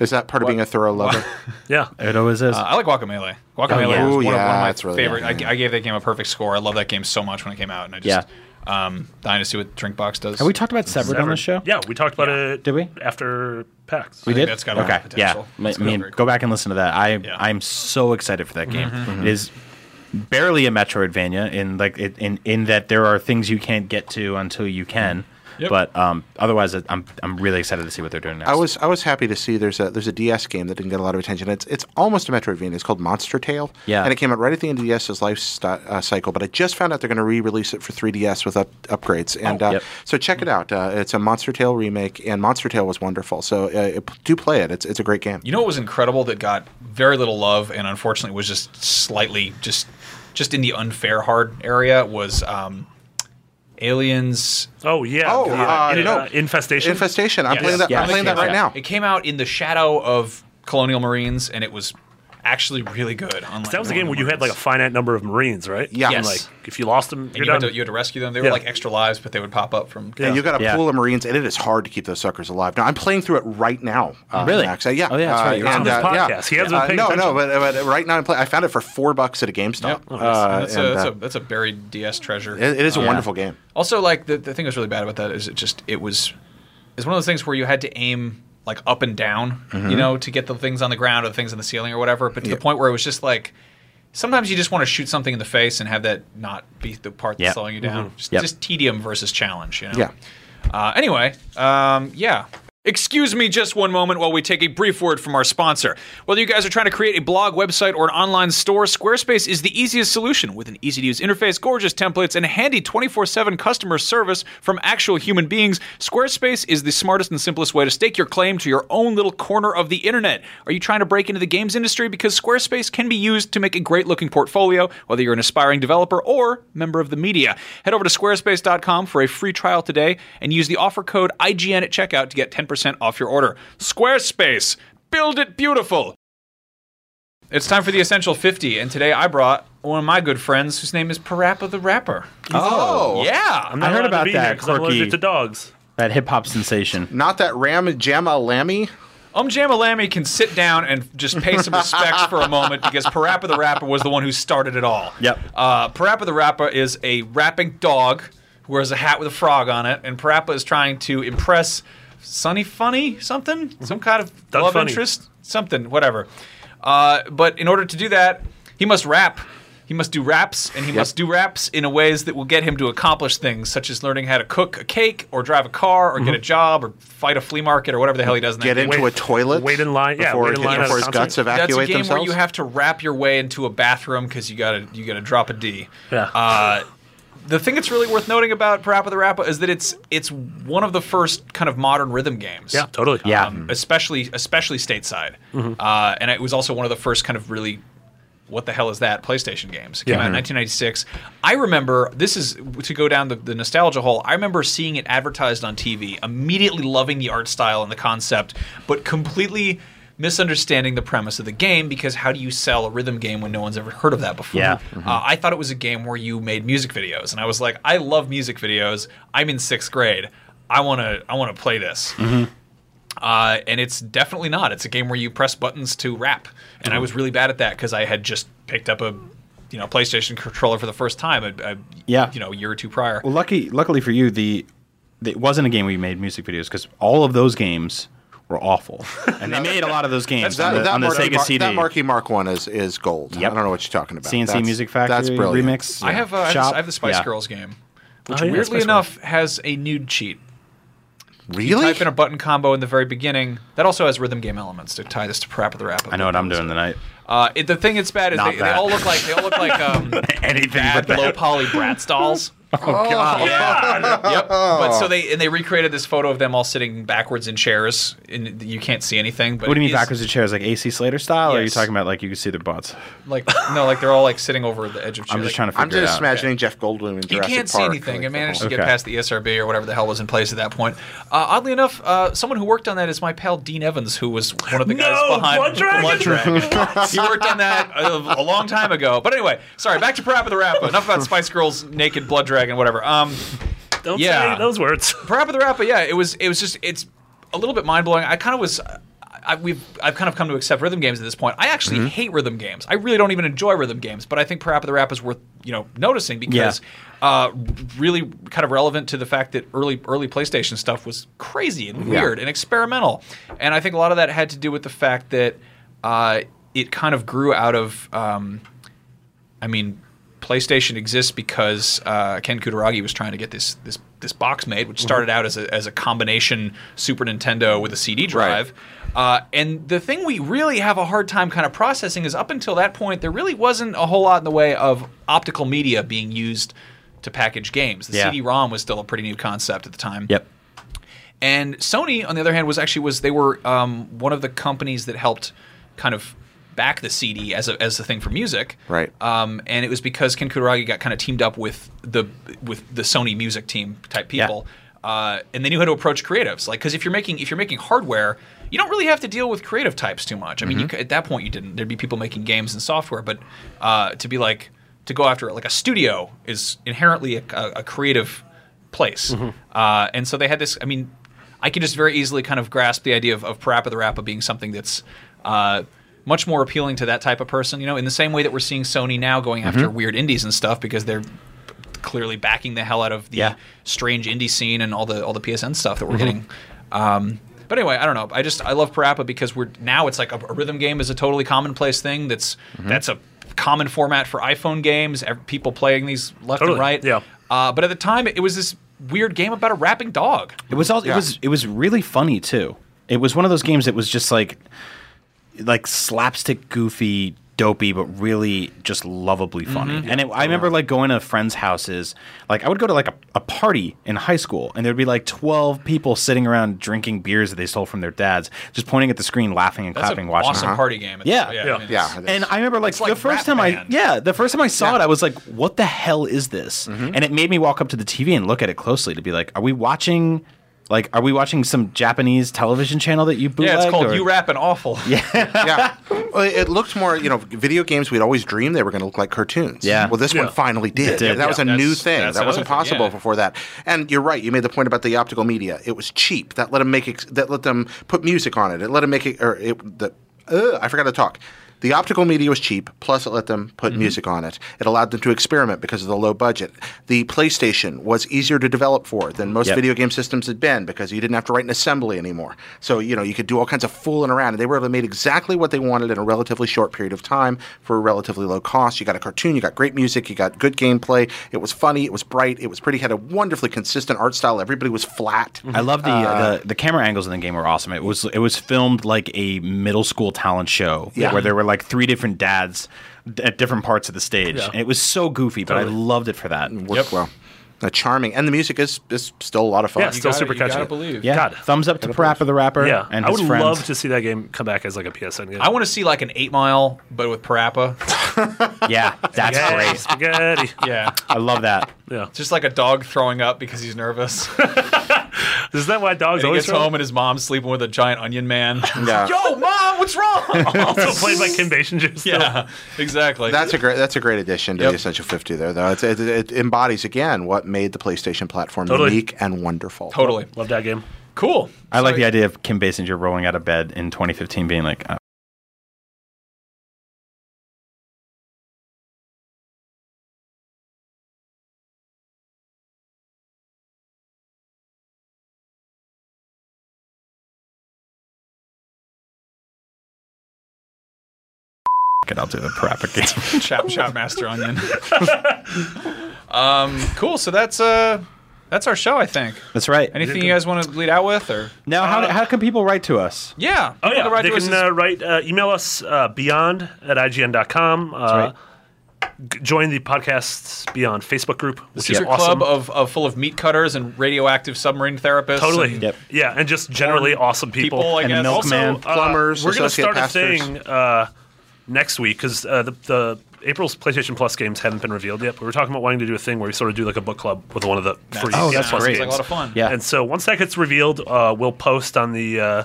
Is that part of being a thorough lover? Yeah. It always is. uh, I like Guacamole. Guacamole Oh, yeah. was one, Ooh, of, one yeah, of my it's really favorite. good. I, I gave that game a perfect score. I love that game so much when it came out, and I just um, dying to see what Drinkbox does. Have we talked about Severed on Severed. the show? Yeah, we talked about it. Did we? After PAX. We did. that's got a lot okay. of potential. Yeah. It's I got mean, great- go back and listen to that. I Yeah. I'm so excited for that game. It is barely a Metroidvania in like it, in in that there are things you can't get to until you can. Yep. But um, otherwise, it, I'm I'm really excited to see what they're doing next. I was I was happy to see there's a there's a DS game that didn't get a lot of attention. It's it's almost a Metroidvania. It's called Monster Tale. Yeah. and it came out right at the end of DS's life sti- uh, cycle. But I just found out they're going to re-release it for 3DS with up- upgrades. And uh, Oh, yep. so check it out. Uh, it's a Monster Tale remake, and Monster Tale was wonderful. So uh, it, do play it. It's it's a great game. You know what was incredible that got very little love and unfortunately was just slightly just just in the unfair hard area was um, Aliens Oh yeah. Oh, the, uh, in- no. infestation. Infestation. I'm Yes. playing that. Yes, I'm playing yes, that right now. yes. It came out in the shadow of Colonial Marines and it was actually really good. unlike That was Colonial the game where you had like a Marines. finite number of Marines, right? Yeah. And, Yes. Like if you lost them, And you're you had, done. to, you had to rescue them. They were Yeah. like extra lives, but they would pop up from. And you got a Yeah. pool of Marines, and it is hard to keep those suckers alive. Now I'm playing through it right now. Uh, Really? Max. Uh, yeah. Oh, yeah, that's Uh, right. You're on and, this uh, yeah. podcast. He hasn't been Uh, paying no, attention. no, but, but right now I'm playing. I found it for four bucks at a GameStop. Yep. Uh, Oh, that's, and, a, that's, uh, a, that's a buried DS treasure. it- it is a wonderful game. Also, like the, the thing that's really bad about that is it just it was it's one of those things where you had to aim like up and down, Mm-hmm. you know, to get the things on the ground or the things in the ceiling or whatever. But to the point where it was just like sometimes you just want to shoot something in the face and have that not be the part that's Yep. slowing you down. Mm-hmm. Just, Yep. just tedium versus challenge, you know. Yeah. Uh, anyway, um, yeah. Excuse me just one moment while we take a brief word from our sponsor. Whether you guys are trying to create a blog, website, or an online store, Squarespace is the easiest solution with an easy to use interface, gorgeous templates, and handy 24 7 customer service from actual human beings. Squarespace is the smartest and simplest way to stake your claim to your own little corner of the internet. Are you trying to break into the games industry? Because Squarespace can be used to make a great looking portfolio, whether you're an aspiring developer or member of the media. Head over to squarespace.com for a free trial today and use the offer code IGN at checkout to get 10% off your order. Squarespace, build it beautiful. It's time for the Essential 50, and today I brought one of my good friends whose name is Parappa the Rapper. Oh, Yeah. I'm not I heard allowed to about be here that 'cause I'm quirky- allergic to dogs. that hip hop sensation. Not that Ram Jama Lammy. Um Jamalami can sit down and just pay some respects for a moment because Parappa the Rapper was the one who started it all. Yep. Uh, Parappa the Rapper is a rapping dog who wears a hat with a frog on it, and Parappa is trying to impress Sonny Funny something, some kind of Doug love Funny. interest, something, whatever. Uh, but in order to do that, he must rap. He must do raps, and he must do raps in a ways that will get him to accomplish things, such as learning how to cook a cake, or drive a car, or get a job, or fight a flea market, or whatever the hell he does. In that Get game. into a toilet. wait in line- yeah, Before, wait in line at a before his concert. guts evacuate That's a game themselves. where you have to wrap your way into a bathroom because you gotta you gotta drop a D. Yeah. Uh, the thing that's really worth noting about Parappa the Rappa is that it's it's one of the first kind of modern rhythm games. Yeah, totally. Yeah. Mm-hmm. Um, especially especially stateside, uh, and it was also one of the first kind of really. What the hell is that? PlayStation games. It came out in 1996. I remember this is to go down the, the nostalgia hole. I remember seeing it advertised on TV, immediately loving the art style and the concept, but completely misunderstanding the premise of the game because how do you sell a rhythm game when no one's ever heard of that before? Yeah. Mm-hmm. Uh, I thought it was a game where you made music videos, and I was like, I love music videos. I'm in sixth grade. I wanna I wanna play this. Uh, and it's definitely not. It's a game where you press buttons to rap, and I was really bad at that because I had just picked up a you know PlayStation controller for the first time, a, a, Yeah. you know, a year or two prior. Well, lucky, luckily for you, the, the it wasn't a game where you made music videos because all of those games were awful, and they made a lot of those games That, on the, that on the Marky Sega Mark, CD. that Marky Mark one is, is gold. Yep. I don't know what you're talking about. CNC That's- Music Factory That's brilliant. remix. I have uh, I have, the, Shop. I have the Spice Yeah. Oh, Girls game, which weirdly enough, has a nude cheat. Really? Type in a button combo in the very beginning. That also has rhythm game elements to tie this to Parappa the Rapper. I know what I'm doing tonight. Uh, it, the thing that's bad is Not they, they that. all look like they all look like um, Anything bad but that. Oh, low poly Bratz dolls. God. yep. But so they and they recreated this photo of them all sitting backwards in chairs, and you can't see anything. But What do you it mean is- backwards of chairs, like AC Slater style? Or are you Yes. talking about like you can see their butts? Like no, like they're all like sitting over the edge of. Chairs. I'm just trying to figure I'm just it out. imagining Jeff Goldblum in You Jurassic can't see Park. anything. Like, it managed to whole- get Okay. past the ESRB or whatever the hell was in place at that point. Uh, oddly enough, uh, someone who worked on that is my pal Dean Evans, who was one of the guys No, behind Blood Dragon? Blood Dragon. he worked on that a, a long time ago. But anyway, sorry. Back to Parappa the Rapper. Enough about Spice Girls, Naked Blood Dragon, whatever. Um, Don't Yeah. say those words. Parappa the Rapper, yeah, it was it was just it's a little bit mind blowing. I kind of was. I, I, we've I've kind of come to accept rhythm games at this point. I actually hate rhythm games. I really don't even enjoy rhythm games, but I think Parappa the Rapper is worth you know noticing because uh, really kind of relevant to the fact that early early PlayStation stuff was crazy and weird and experimental, and I think a lot of that had to do with the fact that uh, it kind of grew out of. Um, I mean, PlayStation exists because uh, Ken Kutaragi was trying to get this this this box made, Mm-hmm. which started out as a, as a combination Super Nintendo with a CD drive. Uh, and the thing we really have a hard time kind of processing is up until that point, there really wasn't a whole lot in the way of optical media being used to package games. The Yeah. CD-ROM was still a pretty new concept at the time. Yep. And Sony, on the other hand, was actually was they were um, one of the companies that helped kind of back the CD as a, as the thing for music, Right. Um, and it was because Ken Kutaragi got kind of teamed up with the with the Sony music team type Yeah. people, uh, and they knew how to approach creatives. Like, because if you're making if you're making hardware, you don't really have to deal with creative types too much. I mean, you c at that point, you didn't. There'd be people making games and software, but uh, to be like to go after it, like a studio is inherently a, a, a creative place, uh, and so they had this. I mean, I can just very easily kind of grasp the idea of, of Parappa the Rappa being something that's uh, much more appealing to that type of person. You know, in the same way that we're seeing Sony now going after weird indies and stuff because they're clearly backing the hell out of the Yeah. strange indie scene and all the all the PSN stuff that we're getting. Um, but anyway, I don't know. I just I love Parappa because we're now it's like a, a rhythm game is a totally commonplace thing. That's that's a common format for iPhone games. Ev- People playing these left Totally, and right. yeah. Uh, but at the time, it was this weird game about a rapping dog. It was all. It was. It was really funny too. It was one of those games that was just like, like slapstick, goofy, dopey, but really just lovably funny. And it, I remember like going to friends' houses. Like I would go to like a, a party in high school, and there'd be like twelve people sitting around drinking beers that they stole from their dads, just pointing at the screen, laughing and That's clapping, an watching. awesome party game. It's- Yeah. I Yeah. mean, yeah. it's- that's- And I remember like, like the first time Ratman. I yeah, Mm-hmm. the first time I saw it, I was like, what the hell is this? And it made me walk up to the TV and look at it closely to be like, are we watching like are we watching some Japanese television channel that you bootlegged? yeah, it's called or- You Rapping Awful. Yeah. yeah. Well, it looked more, you know, video games we'd always dreamed they were going to look like cartoons. Yeah. Well, this Yeah. one finally did. did. That was a Yeah, new that's- thing. that's That another wasn't thing, possible yeah. before that. And you're right. You made the point about the optical media. It was cheap. That let them make ex- that let them put music on it. It let them make it or it the uh, I forgot to talk. The optical media was cheap, plus it let them put Mm-hmm. music on it. It allowed them to experiment because of the low budget. The PlayStation was easier to develop for than most Yep. video game systems had been because you didn't have to write an assembly anymore. So, you know, you could do all kinds of fooling around and they were able to make exactly what they wanted in a relatively short period of time for a relatively low cost. You got a cartoon, you got great music, you got good gameplay. It was funny, it was bright, it was pretty, had a wonderfully consistent art style. Everybody was flat. I love the, uh, the the camera angles in the game were awesome. It was it was filmed like a middle school talent show Yeah. where there were like three different dads d- at different parts of the stage, Yeah. and it was so goofy, but I Totally. loved it for that. Worked well. Uh, charming. And the music is, is still a lot of fun. Yeah, still gotta- super you catchy. gotta believe. Yeah, God. thumbs up to Parappa the Rapper Yeah, and I his would friends. love to see that game come back as like a PSN game. I want to see like an Eight Mile, but with Parappa. Yeah, that's yeah, great. spaghetti. yeah. I love that. Yeah, Just like a dog throwing up because he's nervous. is that why dogs And he always gets home and his mom's sleeping with a giant onion man. Yeah. Yo, mom, what's wrong? Also played by Kim Basinger. Still. yeah, exactly. That's a great. That's a great addition to Yep. the Essential Fifty. There, though, it's, it, it embodies again what made the PlayStation platform Totally. unique and wonderful. totally love that game. cool. I like the idea of Kim Basinger rolling out of bed in 2015 being like, "Uh, it, I'll do the propaganda. chop chop master onion. um, cool. So that's uh, that's our show. I think. That's right. Anything you guys want to lead out with, or Now, how, how can people write to us? yeah? Oh, yeah. The right they to us can is- uh, write, uh, email us uh, beyond at ign.com. Uh, g- Join the podcasts beyond Facebook group, which Secret is awesome. club of, of full of meat cutters and radioactive submarine therapists. totally. and Yep. Yeah, and just generally awesome people. People, I And guess. milk- Milkman, Also, uh, plumbers, we're gonna associate start pastors. a thing uh, next week because uh, the, the April's PlayStation Plus games haven't been revealed yet. But we we're talking about wanting to do a thing where we sort of do like a book club with one of the free Oh, PS that's Plus great. Sounds like a lot of fun. Yeah. and so once that gets revealed, uh, we'll post on the uh,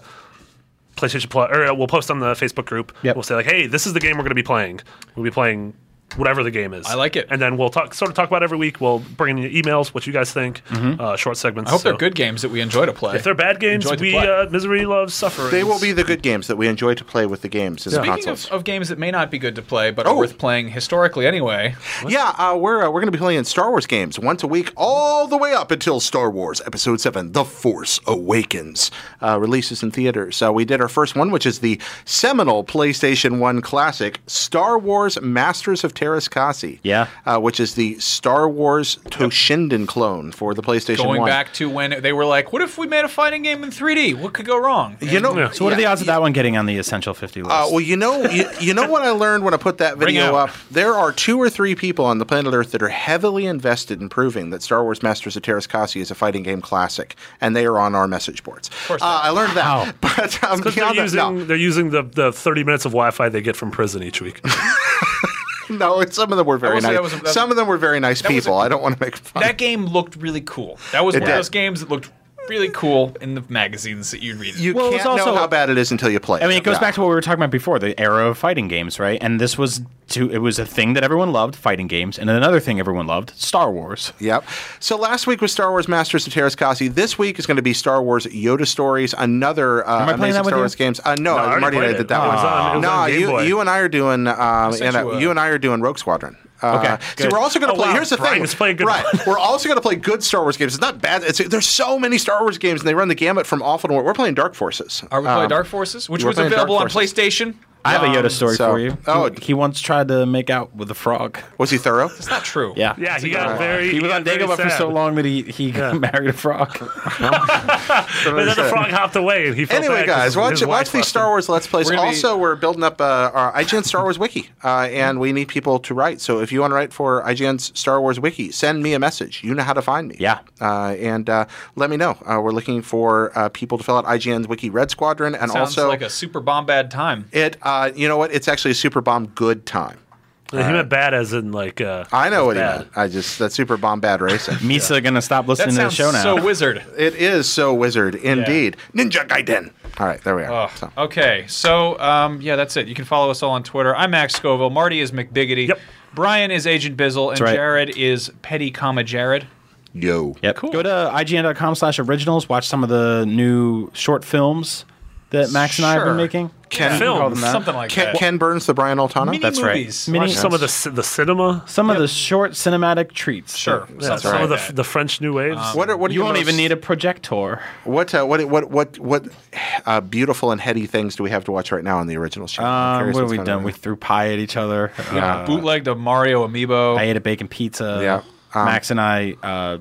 PlayStation Plus, or uh, we'll post on the Facebook group. Yep. We'll say like, "Hey, this is the game we're going to be playing. We'll be playing whatever the game is." I like it. And then we'll talk, sort of talk about it every week. We'll bring in your emails, what you guys think, Mm-hmm. uh, short segments. I hope they're So good games that we enjoy to play. If they're bad games, Enjoy to we play. uh, misery loves suffering. They will be the good games that we enjoy to play with the games as Speaking consoles. of, uh, of games that may not be good to play, but Oh. are worth playing historically anyway, Yeah, uh, we're uh, we're going to be playing Star Wars games once a week, all the way up until Star Wars Episode Seven: The Force Awakens uh, releases in theaters. Uh, we did our first one, which is the seminal PlayStation One classic, Star Wars Masters of Terrascasi. Yeah. uh, which is the Star Wars Toshinden clone for the PlayStation going One. back to when they were like, what if we made a fighting game in 3D? What could go wrong? you know, So, what are the yeah, odds of that one getting on the essential fifty list? Uh, well, you know, you, you know what I learned when I put that video out. up. There are two or three people on the planet Earth that are heavily invested in proving that Star Wars: Masters of Terrascasi is a fighting game classic, and they are on our message boards. Of course, uh, I learned that. But um, Because they're beyond that, using, no, they're using the, the 30 minutes of Wi Fi they get from prison each week. no, it's, some of them were very will say nice. that was a- that- some of them were very nice was people. a- I don't want to make fun. That game looked really cool. That was It one did. of those games that looked really cool in the magazines that you'd read. you Well, it's can't know also- how bad it is until you play. I mean, it goes Yeah. back to what we were talking about before, the era of fighting games, right? And this was to it was a thing that everyone loved, fighting games, and another thing everyone loved, Star Wars. Yep. So last week was Star Wars Masters of Terrascasi. This week is going to be Star Wars Yoda Stories, another uh, I playing amazing that with Star you? Wars games. Uh, no, already Marty and I played did it. that It one. was on- it was no, on Game you, Boy. you and I are doing. Um, sent and, uh, you you, a- and I are doing Rogue Squadron. Uh, Okay, See, good. we're also going to Oh, play. wow, Here's the Brian thing. is playing good right. one. we're also going to play good Star Wars games. It's not bad. It's, there's so many Star Wars games, and they run the gamut from awful to we're playing Dark Forces. Are we Um, playing Dark Forces, which we're was playing Dark available on Forces. PlayStation? I have a Yoda story so- for you. oh. he, he once tried to make out with a frog. Was he thorough? It's not true. Yeah, yeah, he got very. He was on got very Dagobah for sad. so long that he he married a frog. But then the frog hopped away and he felt Anyway, bad 'cause guys, his watch wife watch these left him. Star Wars Let's Plays. We're gonna be- also, we're building up uh, our IGN Star Wars Wiki, uh, and we need people to write. So if you want to write for IGN's Star Wars Wiki, send me a message. You know how to find me. Yeah. Uh, and uh, let me know. Uh, we're looking for uh, people to fill out IGN's Wiki Red Squadron, and Sounds also like a super bomb bad time. it. Uh, you know what? It's actually a super bomb good time. He meant bad as in like. Uh, I know what bad. he meant. I just that super bomb bad racing. Misa gonna stop That listening to the sounds show now. so wizard. it is so wizard indeed. Ninja Gaiden. All right, there we are. Ugh. Oh. So. Okay, so um, yeah, that's it. You can follow us all on Twitter. I'm Max Scoville. Marty is McBiggity. Yep. Brian is Agent Bizzle, and right. Jared is Petty, comma Jared. Yo. Yep. Go to ign.com slash originals. Watch some of the new short films that Max and I have Sure. been making. Ken, We call Film, them that. something like Ken, that. Ken Burns, the Brian Altano. Mini that's right. movies. Mini- Watch some of the c- the cinema. Some of the short cinematic treats. Sure. that- Yeah, Sounds some like of the, that. the French new waves. What are, what are You your won't even most- need a projector. What uh, what what what what uh, beautiful and heady things do we have to watch right now on the original show? I'm Um, curious what have what's we going done? on. We threw pie at each other. Yeah, Uh, bootleg to Mario Amiibo. I ate a bacon pizza. Yeah. Um, Max and I, uh,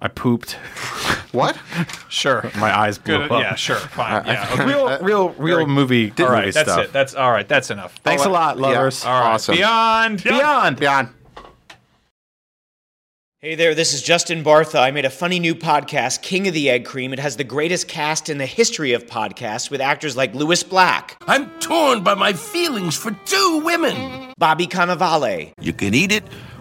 I pooped. what? sure. My eyes blew Good. up. Yeah, sure. Fine. yeah. okay. Real, real, real movie. All movie right. That's stuff. it. That's all right. That's enough. Thanks a lot, Yeah. lovers. All right. Awesome. Beyond. Beyond. Beyond. Hey there, this is Justin Bartha. I made a funny new podcast, King of the Egg Cream. It has the greatest cast in the history of podcasts with actors like Louis Black, I'm torn by my feelings for two women. Bobby Cannavale, You can eat it,